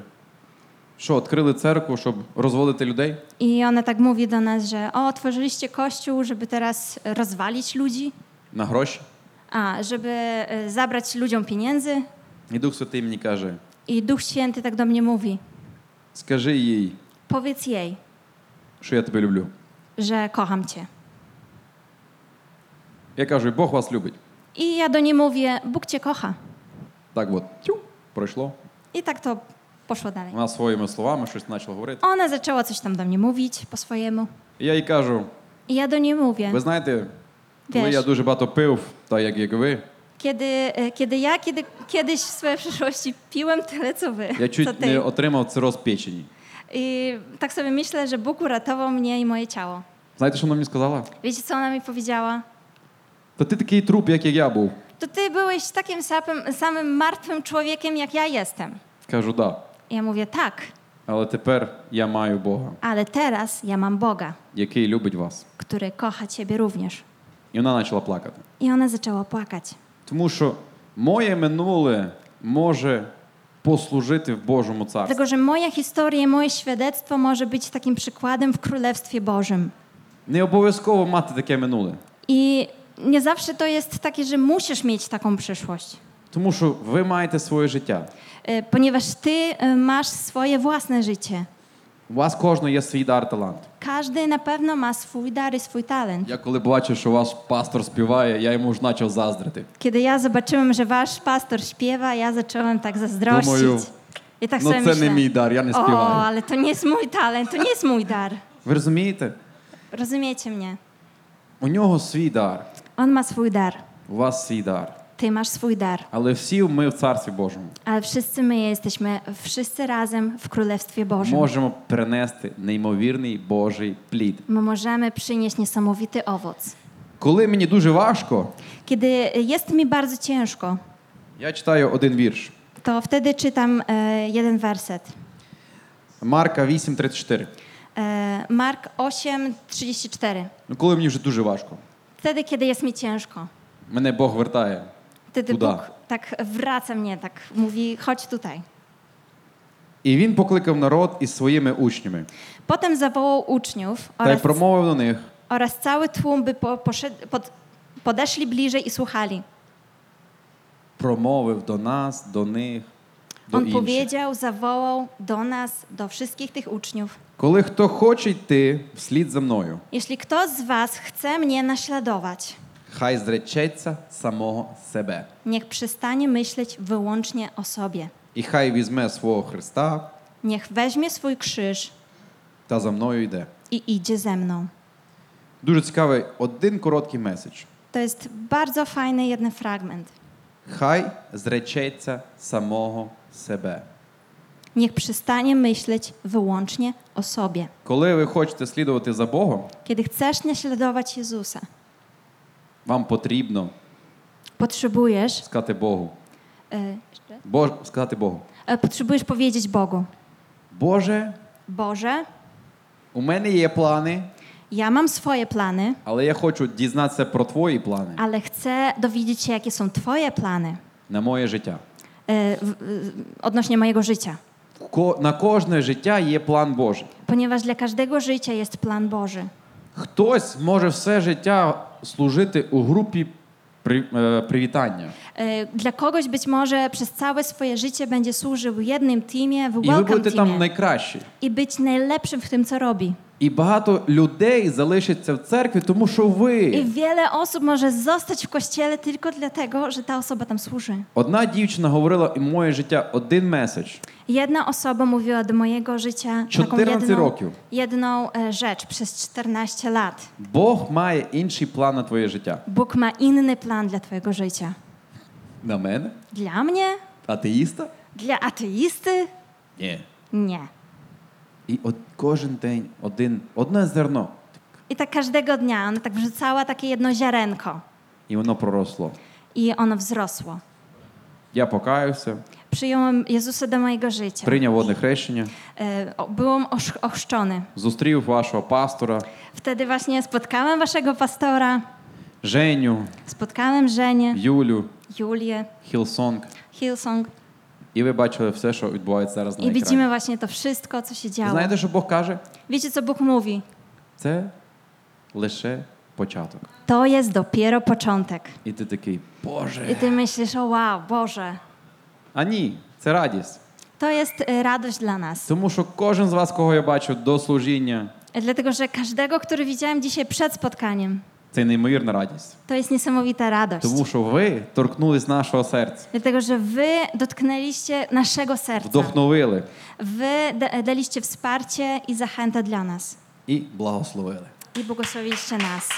Speaker 2: що, відкрили церкву, щоб розводити людей?
Speaker 3: i ona tak mówi do nas, że o, otworzyliście kościół, żeby teraz rozwalić ludzi,
Speaker 2: на гроші.
Speaker 3: a żeby e, zabrać ludziom pieniędzy.
Speaker 2: І Дух Святий мені каже:
Speaker 3: I Duch Święty tak do mnie mówi,
Speaker 2: скажи їй,
Speaker 3: powiedz jej,
Speaker 2: що я тебе люблю.
Speaker 3: że kocham cię.
Speaker 2: Я кажу, Бог вас любить.
Speaker 3: I ja do niej mówię, Bóg cię kocha.
Speaker 2: Так от тю, пройшло.
Speaker 3: I tak to poszło dalej.
Speaker 2: Вона своїми словами щось почала говорити.
Speaker 3: Ona zaczęła coś tam do mnie mówić po swojemu.
Speaker 2: І я їй кажу:
Speaker 3: I ja do niej mówię,
Speaker 2: ви знаєте, коли
Speaker 3: Теж.
Speaker 2: я дуже багато пив, так як, як ви,
Speaker 3: kiedy, e, kiedy ja kiedy, kiedyś w swojej przeszłości piłem tyle, co wy,
Speaker 2: я
Speaker 3: *laughs* co
Speaker 2: чуть
Speaker 3: ty.
Speaker 2: не отримав цироз печені.
Speaker 3: I tak sobie myślę, że Bóg uratował mnie i moje ciało.
Speaker 2: Знаєте, що вона мені сказала?
Speaker 3: Wiecie, co ona mi powiedziała?
Speaker 2: Та ти такий труп, як і я був.
Speaker 3: To ty byłeś takim sapem, samym martwym człowiekiem, jak ja jestem.
Speaker 2: Кажу, да.
Speaker 3: I ja mówię, tak,
Speaker 2: Але tепер я маю Бога,
Speaker 3: ale teraz ja mam Boga,
Speaker 2: який любить вас.
Speaker 3: który kocha ciebie również.
Speaker 2: І вона почала плакати.
Speaker 3: I ona zaczęła płakać.
Speaker 2: Тому що моє минуле може послужити в Божому царстві.
Speaker 3: Dlatego, że moja historia, moje świadectwo może być takim przykładem w Królestwie Bożym.
Speaker 2: Не обов'язково мати таке минуле.
Speaker 3: I nie zawsze to jest takie, że musisz mieć taką przyszłość,
Speaker 2: Тому що ви маєте своє життя.
Speaker 3: Y, ponieważ ty y, masz swoje własne życie.
Speaker 2: У вас кожного є свій дар талант.
Speaker 3: Każdy na pewno ma swój dar i swój talent.
Speaker 2: Я коли бачив, що ваш пастор співає, я йому ж почав заздрити.
Speaker 3: Kiedy ja zobaczyłem, że wasz pastor śpiewa, ja zacząłem tak zazdrościć.
Speaker 2: Думаю,
Speaker 3: I tak
Speaker 2: ну
Speaker 3: sobie
Speaker 2: це не мій
Speaker 3: myślę,
Speaker 2: дар, я не
Speaker 3: o,
Speaker 2: співаю.
Speaker 3: ale to nie jest mój talent, to nie jest mój dar.
Speaker 2: Ви розумієте?
Speaker 3: Rozumiecie mnie?
Speaker 2: У нього свій дар,
Speaker 3: On ma swój dar,
Speaker 2: у вас свій дар.
Speaker 3: ty masz swój dar.
Speaker 2: Але всі ми в царстві Божому
Speaker 3: Ale wszyscy my jesteśmy, wszyscy razem w Królestwie Bożym.
Speaker 2: можемо принести неймовірний Божий плід.
Speaker 3: My możemy przynieść niesamowity owoc.
Speaker 2: Коли мені дуже важко,
Speaker 3: Kiedy jest mi bardzo ciężko,
Speaker 2: я читаю один вірш.
Speaker 3: to wtedy czytam e, jeden werset.
Speaker 2: Марка 8.34.
Speaker 3: E, Mark 8, 34.
Speaker 2: Ну, коли мені вже дуже важко,
Speaker 3: Wtedy, kiedy jest mi ciężko,
Speaker 2: мене Бог вертає.
Speaker 3: wtedy
Speaker 2: Cuda.
Speaker 3: Bóg tak wraca mnie, tak mówi, chodź tutaj.
Speaker 2: І він покликав народ із swoїmi учнями
Speaker 3: Potem zawołał uczniów
Speaker 2: та й
Speaker 3: oraz,
Speaker 2: промовив до них:
Speaker 3: oraz cały tłum, by po, poszedł, pod, podeszli bliżej i słuchali.
Speaker 2: промовив до нас, до них, до
Speaker 3: On
Speaker 2: інших.
Speaker 3: powiedział, zawołał do nas, do wszystkich tych uczniów.
Speaker 2: Коли хто хоче йти вслід за мною,
Speaker 3: Jeśli kto z was chce mnie naśladować,
Speaker 2: хай зречеться самого себе.
Speaker 3: niech przestanie myśleć wyłącznie o sobie.
Speaker 2: І хай візьме свого Христа
Speaker 3: Niech weźmie swój krzyż
Speaker 2: та за мною йде.
Speaker 3: i idzie ze mną.
Speaker 2: Дуже цікавий один короткий меседж.
Speaker 3: To jest bardzo fajny jeden fragment.
Speaker 2: Хай зречеться самого себе.
Speaker 3: Niech przestanie myśleć wyłącznie o sobie.
Speaker 2: Коли ви хочете слідувати за Богом,
Speaker 3: Kiedy chcesz naśladować Jezusa,
Speaker 2: вам потрібно
Speaker 3: potrzebujesz,
Speaker 2: сказати Богу.
Speaker 3: e,
Speaker 2: Бож... Сказати Богу.
Speaker 3: e, potrzebujesz powiedzieć Bogu:
Speaker 2: Боже,
Speaker 3: Boże,
Speaker 2: у мене є плани,
Speaker 3: ja mam swoje plany,
Speaker 2: але я хочу дізнатися про твої плани
Speaker 3: ale chcę dowiedzieć się, jakie są Twoje plany
Speaker 2: на моє життя.
Speaker 3: e, w, e, odnośnie mojego życia.
Speaker 2: Ко- На кожне життя є план Божий.
Speaker 3: Ponieważ dla każdego życia jest plan Boży.
Speaker 2: Хтось може все життя служити у групі при- е, привітання.
Speaker 3: E, Dla kogoś być może przez całe swoje życie będzie służył w jednym teamie, w
Speaker 2: І ви
Speaker 3: welcome
Speaker 2: будете там
Speaker 3: teamie
Speaker 2: найкращі.
Speaker 3: i być najlepszym w tym, co robi.
Speaker 2: І багато людей залишиться в церкві, тому що
Speaker 3: I
Speaker 2: ви.
Speaker 3: wiele osób może zostać w kościele tylko dlatego, że ta osoba tam służy.
Speaker 2: Одна дівчина говорила і моє життя один меседж.
Speaker 3: Jedna osoba mówiła do mojego życia taką
Speaker 2: 14
Speaker 3: jedną,
Speaker 2: roków.
Speaker 3: jedną e, rzecz przez 14 lat.
Speaker 2: Бог має інший план на твоє життя.
Speaker 3: Bóg ma inny plan dla twojego życia.
Speaker 2: На мене?
Speaker 3: Dla mnie?
Speaker 2: Атеїста?
Speaker 3: Dla ateisty?
Speaker 2: Ні.
Speaker 3: Nie.
Speaker 2: І от кожен день один, одне зерно,
Speaker 3: I tak każdego dnia ona tak wrzucała takie jedno ziarenko
Speaker 2: і воно проросло.
Speaker 3: i ono wzrosło.
Speaker 2: Я покаявся,
Speaker 3: Przyjąłem Jezusa do mojego życia.
Speaker 2: прийняв водне хрещення,
Speaker 3: E, o- Byłem osz- ochrzczony.
Speaker 2: зустрів вашого пастора,
Speaker 3: Wtedy właśnie spotkałem waszego pastora
Speaker 2: Женю,
Speaker 3: Spotkałem Żenię,
Speaker 2: Юлю,
Speaker 3: Julię,
Speaker 2: Хілсонг.
Speaker 3: Hillsong
Speaker 2: І ви бачили все, що відбувається зараз на
Speaker 3: i
Speaker 2: екрані.
Speaker 3: widzimy właśnie to wszystko, co się działo.
Speaker 2: Знаєте, що Бог каже?
Speaker 3: Wiecie, co Bóg mówi?
Speaker 2: Це лише початок.
Speaker 3: To jest dopiero początek.
Speaker 2: І ти такий,
Speaker 3: I
Speaker 2: Боже.
Speaker 3: ty myślisz, o wow, Boże,
Speaker 2: А ні, це радість.
Speaker 3: to jest e, radość dla nas. E,
Speaker 2: Тому що кожен з вас, кого я бачу до служіння,
Speaker 3: Dlatego, że każdego, który widziałem dzisiaj przed spotkaniem,
Speaker 2: це неймовірна радість.
Speaker 3: to jest niesamowita radość.
Speaker 2: Тому що ви торкнулись нашого серця,
Speaker 3: Dlatego, że wy dotknęliście naszego serca.
Speaker 2: вдохновили
Speaker 3: Wy da- daliście wsparcie i zachętę dla nas.
Speaker 2: і благословили.
Speaker 3: I błogosławiliście nas.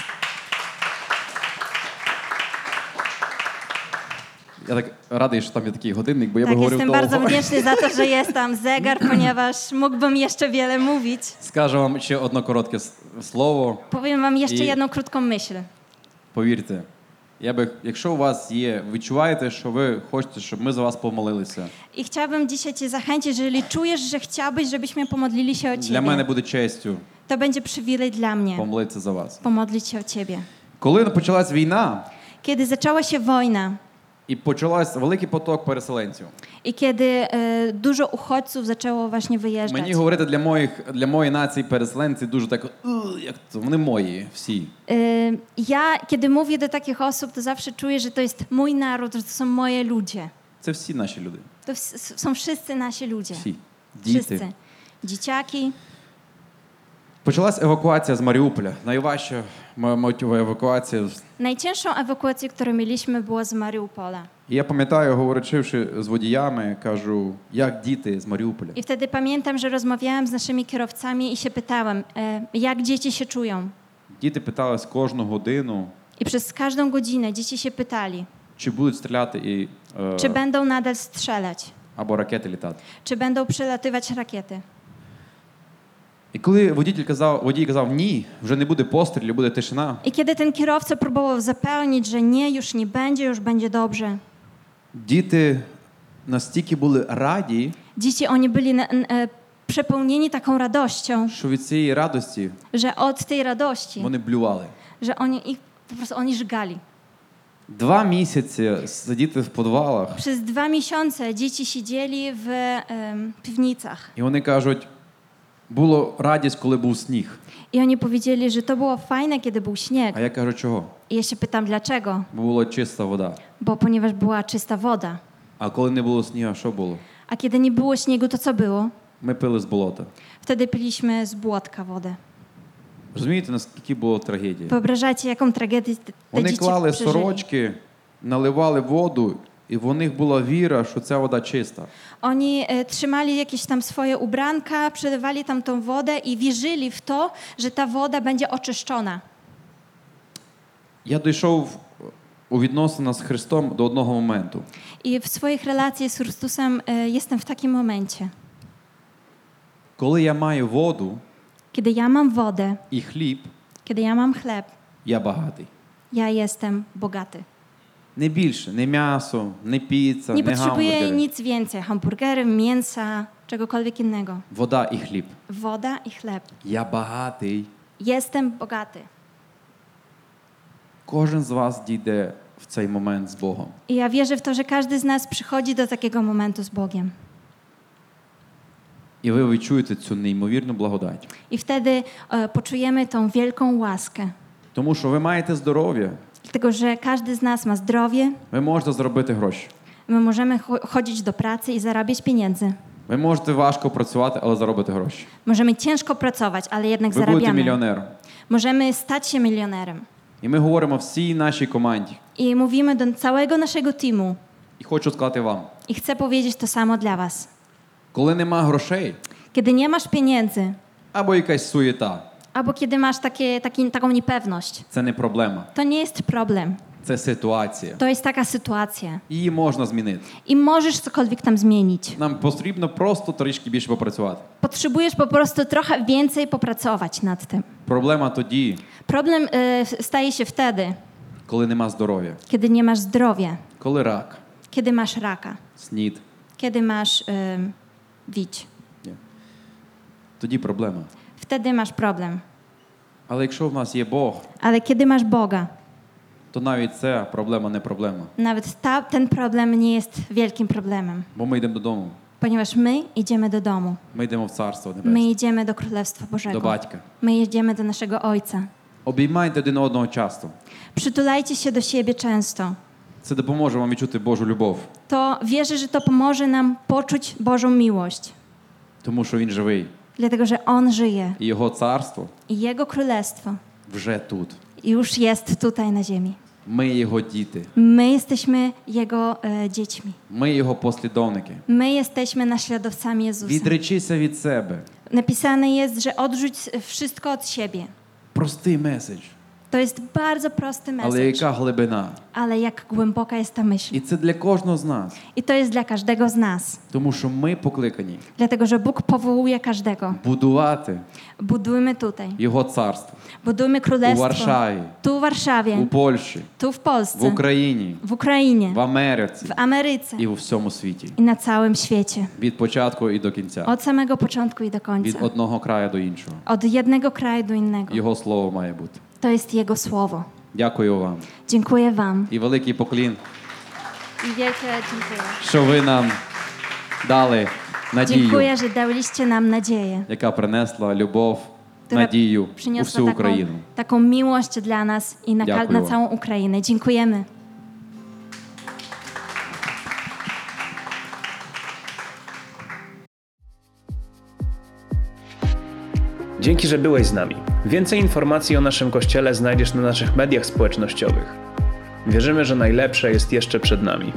Speaker 2: Я так радий, що там є такий годинник, бо я би
Speaker 3: tak,
Speaker 2: говорив
Speaker 3: jestem
Speaker 2: довго.
Speaker 3: bardzo wdzięczny za to, że jest tam zegar, ponieważ mógłbym jeszcze wiele mówić.
Speaker 2: Скажу вам ще одне коротке с- слово.
Speaker 3: Powiem wam jeszcze
Speaker 2: I-
Speaker 3: jedną krótką myśl.
Speaker 2: Повірте, я би, якщо у вас є, відчуваєте, що ви хочете, щоб ми за вас помолилися.
Speaker 3: I chciałabym dzisiaj cię zachęcić, jeżeli czujesz, że chciałbyś, żebyśmy pomodlili się o
Speaker 2: Для
Speaker 3: ciebie,
Speaker 2: мене буде честю
Speaker 3: to będzie przywilej dla mnie
Speaker 2: помолитися за вас.
Speaker 3: pomodlić się o ciebie.
Speaker 2: Коли почалась війна
Speaker 3: Kiedy zaczęła się wojna
Speaker 2: і почалась великий поток переселенців,
Speaker 3: i kiedy e, dużo uchodźców zaczęło właśnie wyjeżdżać,
Speaker 2: мені говорити для моїх для моєї нації переселенці дуже так, «Ух, як це вони мої всі.
Speaker 3: e, ja kiedy mówię do takich osób, to zawsze czuję, że to jest mój naród, że to są moje ludzie.
Speaker 2: Це всі наші люди.
Speaker 3: To w- s- są wszyscy nasi ludzie.
Speaker 2: Всі
Speaker 3: Wszyscy.
Speaker 2: діти.
Speaker 3: Dzieciaki.
Speaker 2: Почалась евакуація з Маріуполя. Найважча моя мотива евакуація.
Speaker 3: Najcięższą ewakuację, którą mieliśmy, było z Mariupola.
Speaker 2: І я пам'ятаю, говорячивши з водіями, кажу, як діти з Маріуполя.
Speaker 3: I wtedy pamiętam, że rozmawiałam z naszymi kierowcami i się pytałam, e, jak dzieci się czują.
Speaker 2: Діти питались кожну годину,
Speaker 3: I przez każdą godzinę dzieci się pytali,
Speaker 2: чи будуть стріляти і е,
Speaker 3: czy będą nadal strzelać,
Speaker 2: або ракети літати.
Speaker 3: czy będą przelatywać rakiety.
Speaker 2: І коли водій казав, водій казав ні, вже не буде пострілів, буде тишина.
Speaker 3: I kiedy ten kierowca próbował zapełnić, że nie, już nie będzie, już będzie dobrze,
Speaker 2: Діти настільки були раді,
Speaker 3: dzieci oni byli na, n- e, przepełnieni taką radością,
Speaker 2: що від цієї радості
Speaker 3: że od tej radości,
Speaker 2: вони блювали.
Speaker 3: że oni ich po prostu oni żgali.
Speaker 2: Два місяці сидіти в підвалах,
Speaker 3: Przez dwa miesiące dzieci siedzieli w em, piwnicach
Speaker 2: і вони кажуть, було радість, коли був сніг.
Speaker 3: i oni powiedzieli, że to było fajne, kiedy był śnieg.
Speaker 2: А я кажу, чого?
Speaker 3: I ja się pytam dlaczego,
Speaker 2: Бо була чиста вода.
Speaker 3: bo ponieważ była czysta woda.
Speaker 2: А коли не було снігу, що було?
Speaker 3: A kiedy nie było śniegu, to co było?
Speaker 2: Ми пили з болота.
Speaker 3: Wtedy piliśmy z błotka wodę.
Speaker 2: Розумієте, наскільки було трагедія?
Speaker 3: Wyobrażacie, jaką tragedię te, te
Speaker 2: Вони
Speaker 3: dzieci
Speaker 2: клали
Speaker 3: przeżyli.
Speaker 2: сорочки, наливали воду, і в них була віра, що ця вода чиста.
Speaker 3: Oni e, trzymali jakieś tam swoje ubranka, przelewali tam tą wodę i wierzyli w to, że ta woda będzie oczyszczona.
Speaker 2: Я дійшов у відносинах з Христом до одного моменту.
Speaker 3: I w swoich relacjach z Chrystusem e, jestem w takim momencie,
Speaker 2: Коли я маю воду
Speaker 3: kiedy ja mam wodę,
Speaker 2: і хліб,
Speaker 3: kiedy ja mam chleb,
Speaker 2: я багатий.
Speaker 3: ja jestem bogaty.
Speaker 2: Не більше, не м'ясо, не піца, не
Speaker 3: Nie potrzebuję
Speaker 2: гамбургери.
Speaker 3: nic więcej, hamburgery, mięsa, czegokolwiek innego.
Speaker 2: Вода і хліб.
Speaker 3: Woda i chleb.
Speaker 2: Я багатий.
Speaker 3: Jestem bogaty.
Speaker 2: Кожен з вас дійде в цей момент з Богом.
Speaker 3: I ja wierzę w to, że każdy z nas przychodzi do takiego momentu z Bogiem.
Speaker 2: І ви відчуєте цю неймовірну благодать.
Speaker 3: I wtedy e, poczujemy tą wielką łaskę.
Speaker 2: Тому що ви маєте здоров'я,
Speaker 3: Dlatego, że każdy z nas ma zdrowie,
Speaker 2: ви можете заробити гроші.
Speaker 3: my możemy cho- chodzić do pracy i zarabiać pieniędzy.
Speaker 2: Ви можете важко працювати, але заробити гроші.
Speaker 3: Możemy ciężko pracować, ale jednak
Speaker 2: Ви будете
Speaker 3: zarabiamy.
Speaker 2: мільйонером.
Speaker 3: Możemy stać się milionerem.
Speaker 2: І ми говоримо всій нашій команді.
Speaker 3: I mówimy do całego naszego teamu
Speaker 2: І хочу сказати вам:
Speaker 3: i chcę powiedzieć to samo dla was.
Speaker 2: коли нема грошей
Speaker 3: Kiedy nie masz pieniędzy,
Speaker 2: або якась суєта,
Speaker 3: albo kiedy masz takie, taki, taką niepewność,
Speaker 2: це не проблема,
Speaker 3: to nie jest problem.
Speaker 2: це ситуація.
Speaker 3: To jest taka sytuacja.
Speaker 2: Її можна zмінити.
Speaker 3: I możesz cokolwiek tam zmienić.
Speaker 2: Нам потрібно просто трішки більше попрацювати.
Speaker 3: Potrzebujesz po prostu trochę więcej popracować nad tym.
Speaker 2: Проблема тоді,
Speaker 3: Problem y, staje się wtedy,
Speaker 2: коли нема здоров'я,
Speaker 3: kiedy nie masz zdrowia,
Speaker 2: коли рак,
Speaker 3: kiedy masz raka,
Speaker 2: снід.
Speaker 3: kiedy masz y, widź.
Speaker 2: Ні. Тоді проблема.
Speaker 3: Wtedy masz problem.
Speaker 2: Але якщо в нас є Бог,
Speaker 3: Ale kiedy masz Boga,
Speaker 2: то навіть це проблема не проблема.
Speaker 3: Nawet ta, ten problem nie jest wielkim problemem,
Speaker 2: Бо ми йдемо додому,
Speaker 3: ponieważ my idziemy do domu,
Speaker 2: ми йдемо в царство
Speaker 3: my
Speaker 2: небесне,
Speaker 3: idziemy do Królestwa
Speaker 2: до
Speaker 3: Bożego,
Speaker 2: батька.
Speaker 3: my idziemy do naszego Ojca.
Speaker 2: Обіймайте один одного часто.
Speaker 3: Przytulajcie się do siebie często.
Speaker 2: Це допоможе вам відчути Божу любов,
Speaker 3: To wierzę, że to pomoże nam poczuć Bożą miłość,
Speaker 2: тому що він живий,
Speaker 3: dlatego że On żyje
Speaker 2: і його царство
Speaker 3: i Jego Królestwo
Speaker 2: вже тут.
Speaker 3: już jest tutaj na ziemi.
Speaker 2: Ми його діти,
Speaker 3: My jesteśmy Jego e, dziećmi.
Speaker 2: ми його послідовники.
Speaker 3: My jesteśmy naśladowcami Jezusa.
Speaker 2: Відречися від себе.
Speaker 3: Napisane jest, że odrzuć wszystko od siebie.
Speaker 2: Простий меседж,
Speaker 3: To jest bardzo prosty
Speaker 2: але
Speaker 3: message,
Speaker 2: яка глибина.
Speaker 3: ale jak głęboka jest ta myśl.
Speaker 2: І це для кожного з нас,
Speaker 3: I to jest dla każdego z nas,
Speaker 2: тому що ми покликані
Speaker 3: dlatego że Bóg powołuje każdego.
Speaker 2: будувати
Speaker 3: Budujmy tutaj,
Speaker 2: його царство
Speaker 3: budujmy
Speaker 2: у
Speaker 3: królestwo.
Speaker 2: Варшаві,
Speaker 3: Tu w
Speaker 2: у
Speaker 3: Warszawie,
Speaker 2: Польщі,
Speaker 3: tu
Speaker 2: в
Speaker 3: w Polsce,
Speaker 2: Україні,
Speaker 3: w Ukrainie,
Speaker 2: в Америці
Speaker 3: w Ameryce
Speaker 2: і у всьому світі.
Speaker 3: i na całym świecie.
Speaker 2: Від початку і до кінця,
Speaker 3: Od samego początku i do
Speaker 2: від
Speaker 3: końca.
Speaker 2: одного краю до іншого.
Speaker 3: Od jednego kraju do innego.
Speaker 2: Його слово має бути.
Speaker 3: To jest Jego słowo.
Speaker 2: Дякую вам
Speaker 3: Dziękuję Wam.
Speaker 2: і великий поклін,
Speaker 3: I wielkie dziękuję.
Speaker 2: що ви нам дали надію,
Speaker 3: Dziękuję, że daliście nam nadzieję,
Speaker 2: яка принесла любов,
Speaker 3: która
Speaker 2: надію у
Speaker 3: przyniosła
Speaker 2: всю
Speaker 3: taką,
Speaker 2: Україну.
Speaker 3: taką miłość dla nas i na, ka-
Speaker 2: Dziękuję
Speaker 3: na
Speaker 2: wam.
Speaker 3: całą Ukrainę. Dziękujemy.
Speaker 1: Dzięki, że byłeś z nami. Więcej informacji o naszym kościele znajdziesz na naszych mediach społecznościowych. Wierzymy, że najlepsze jest jeszcze przed nami.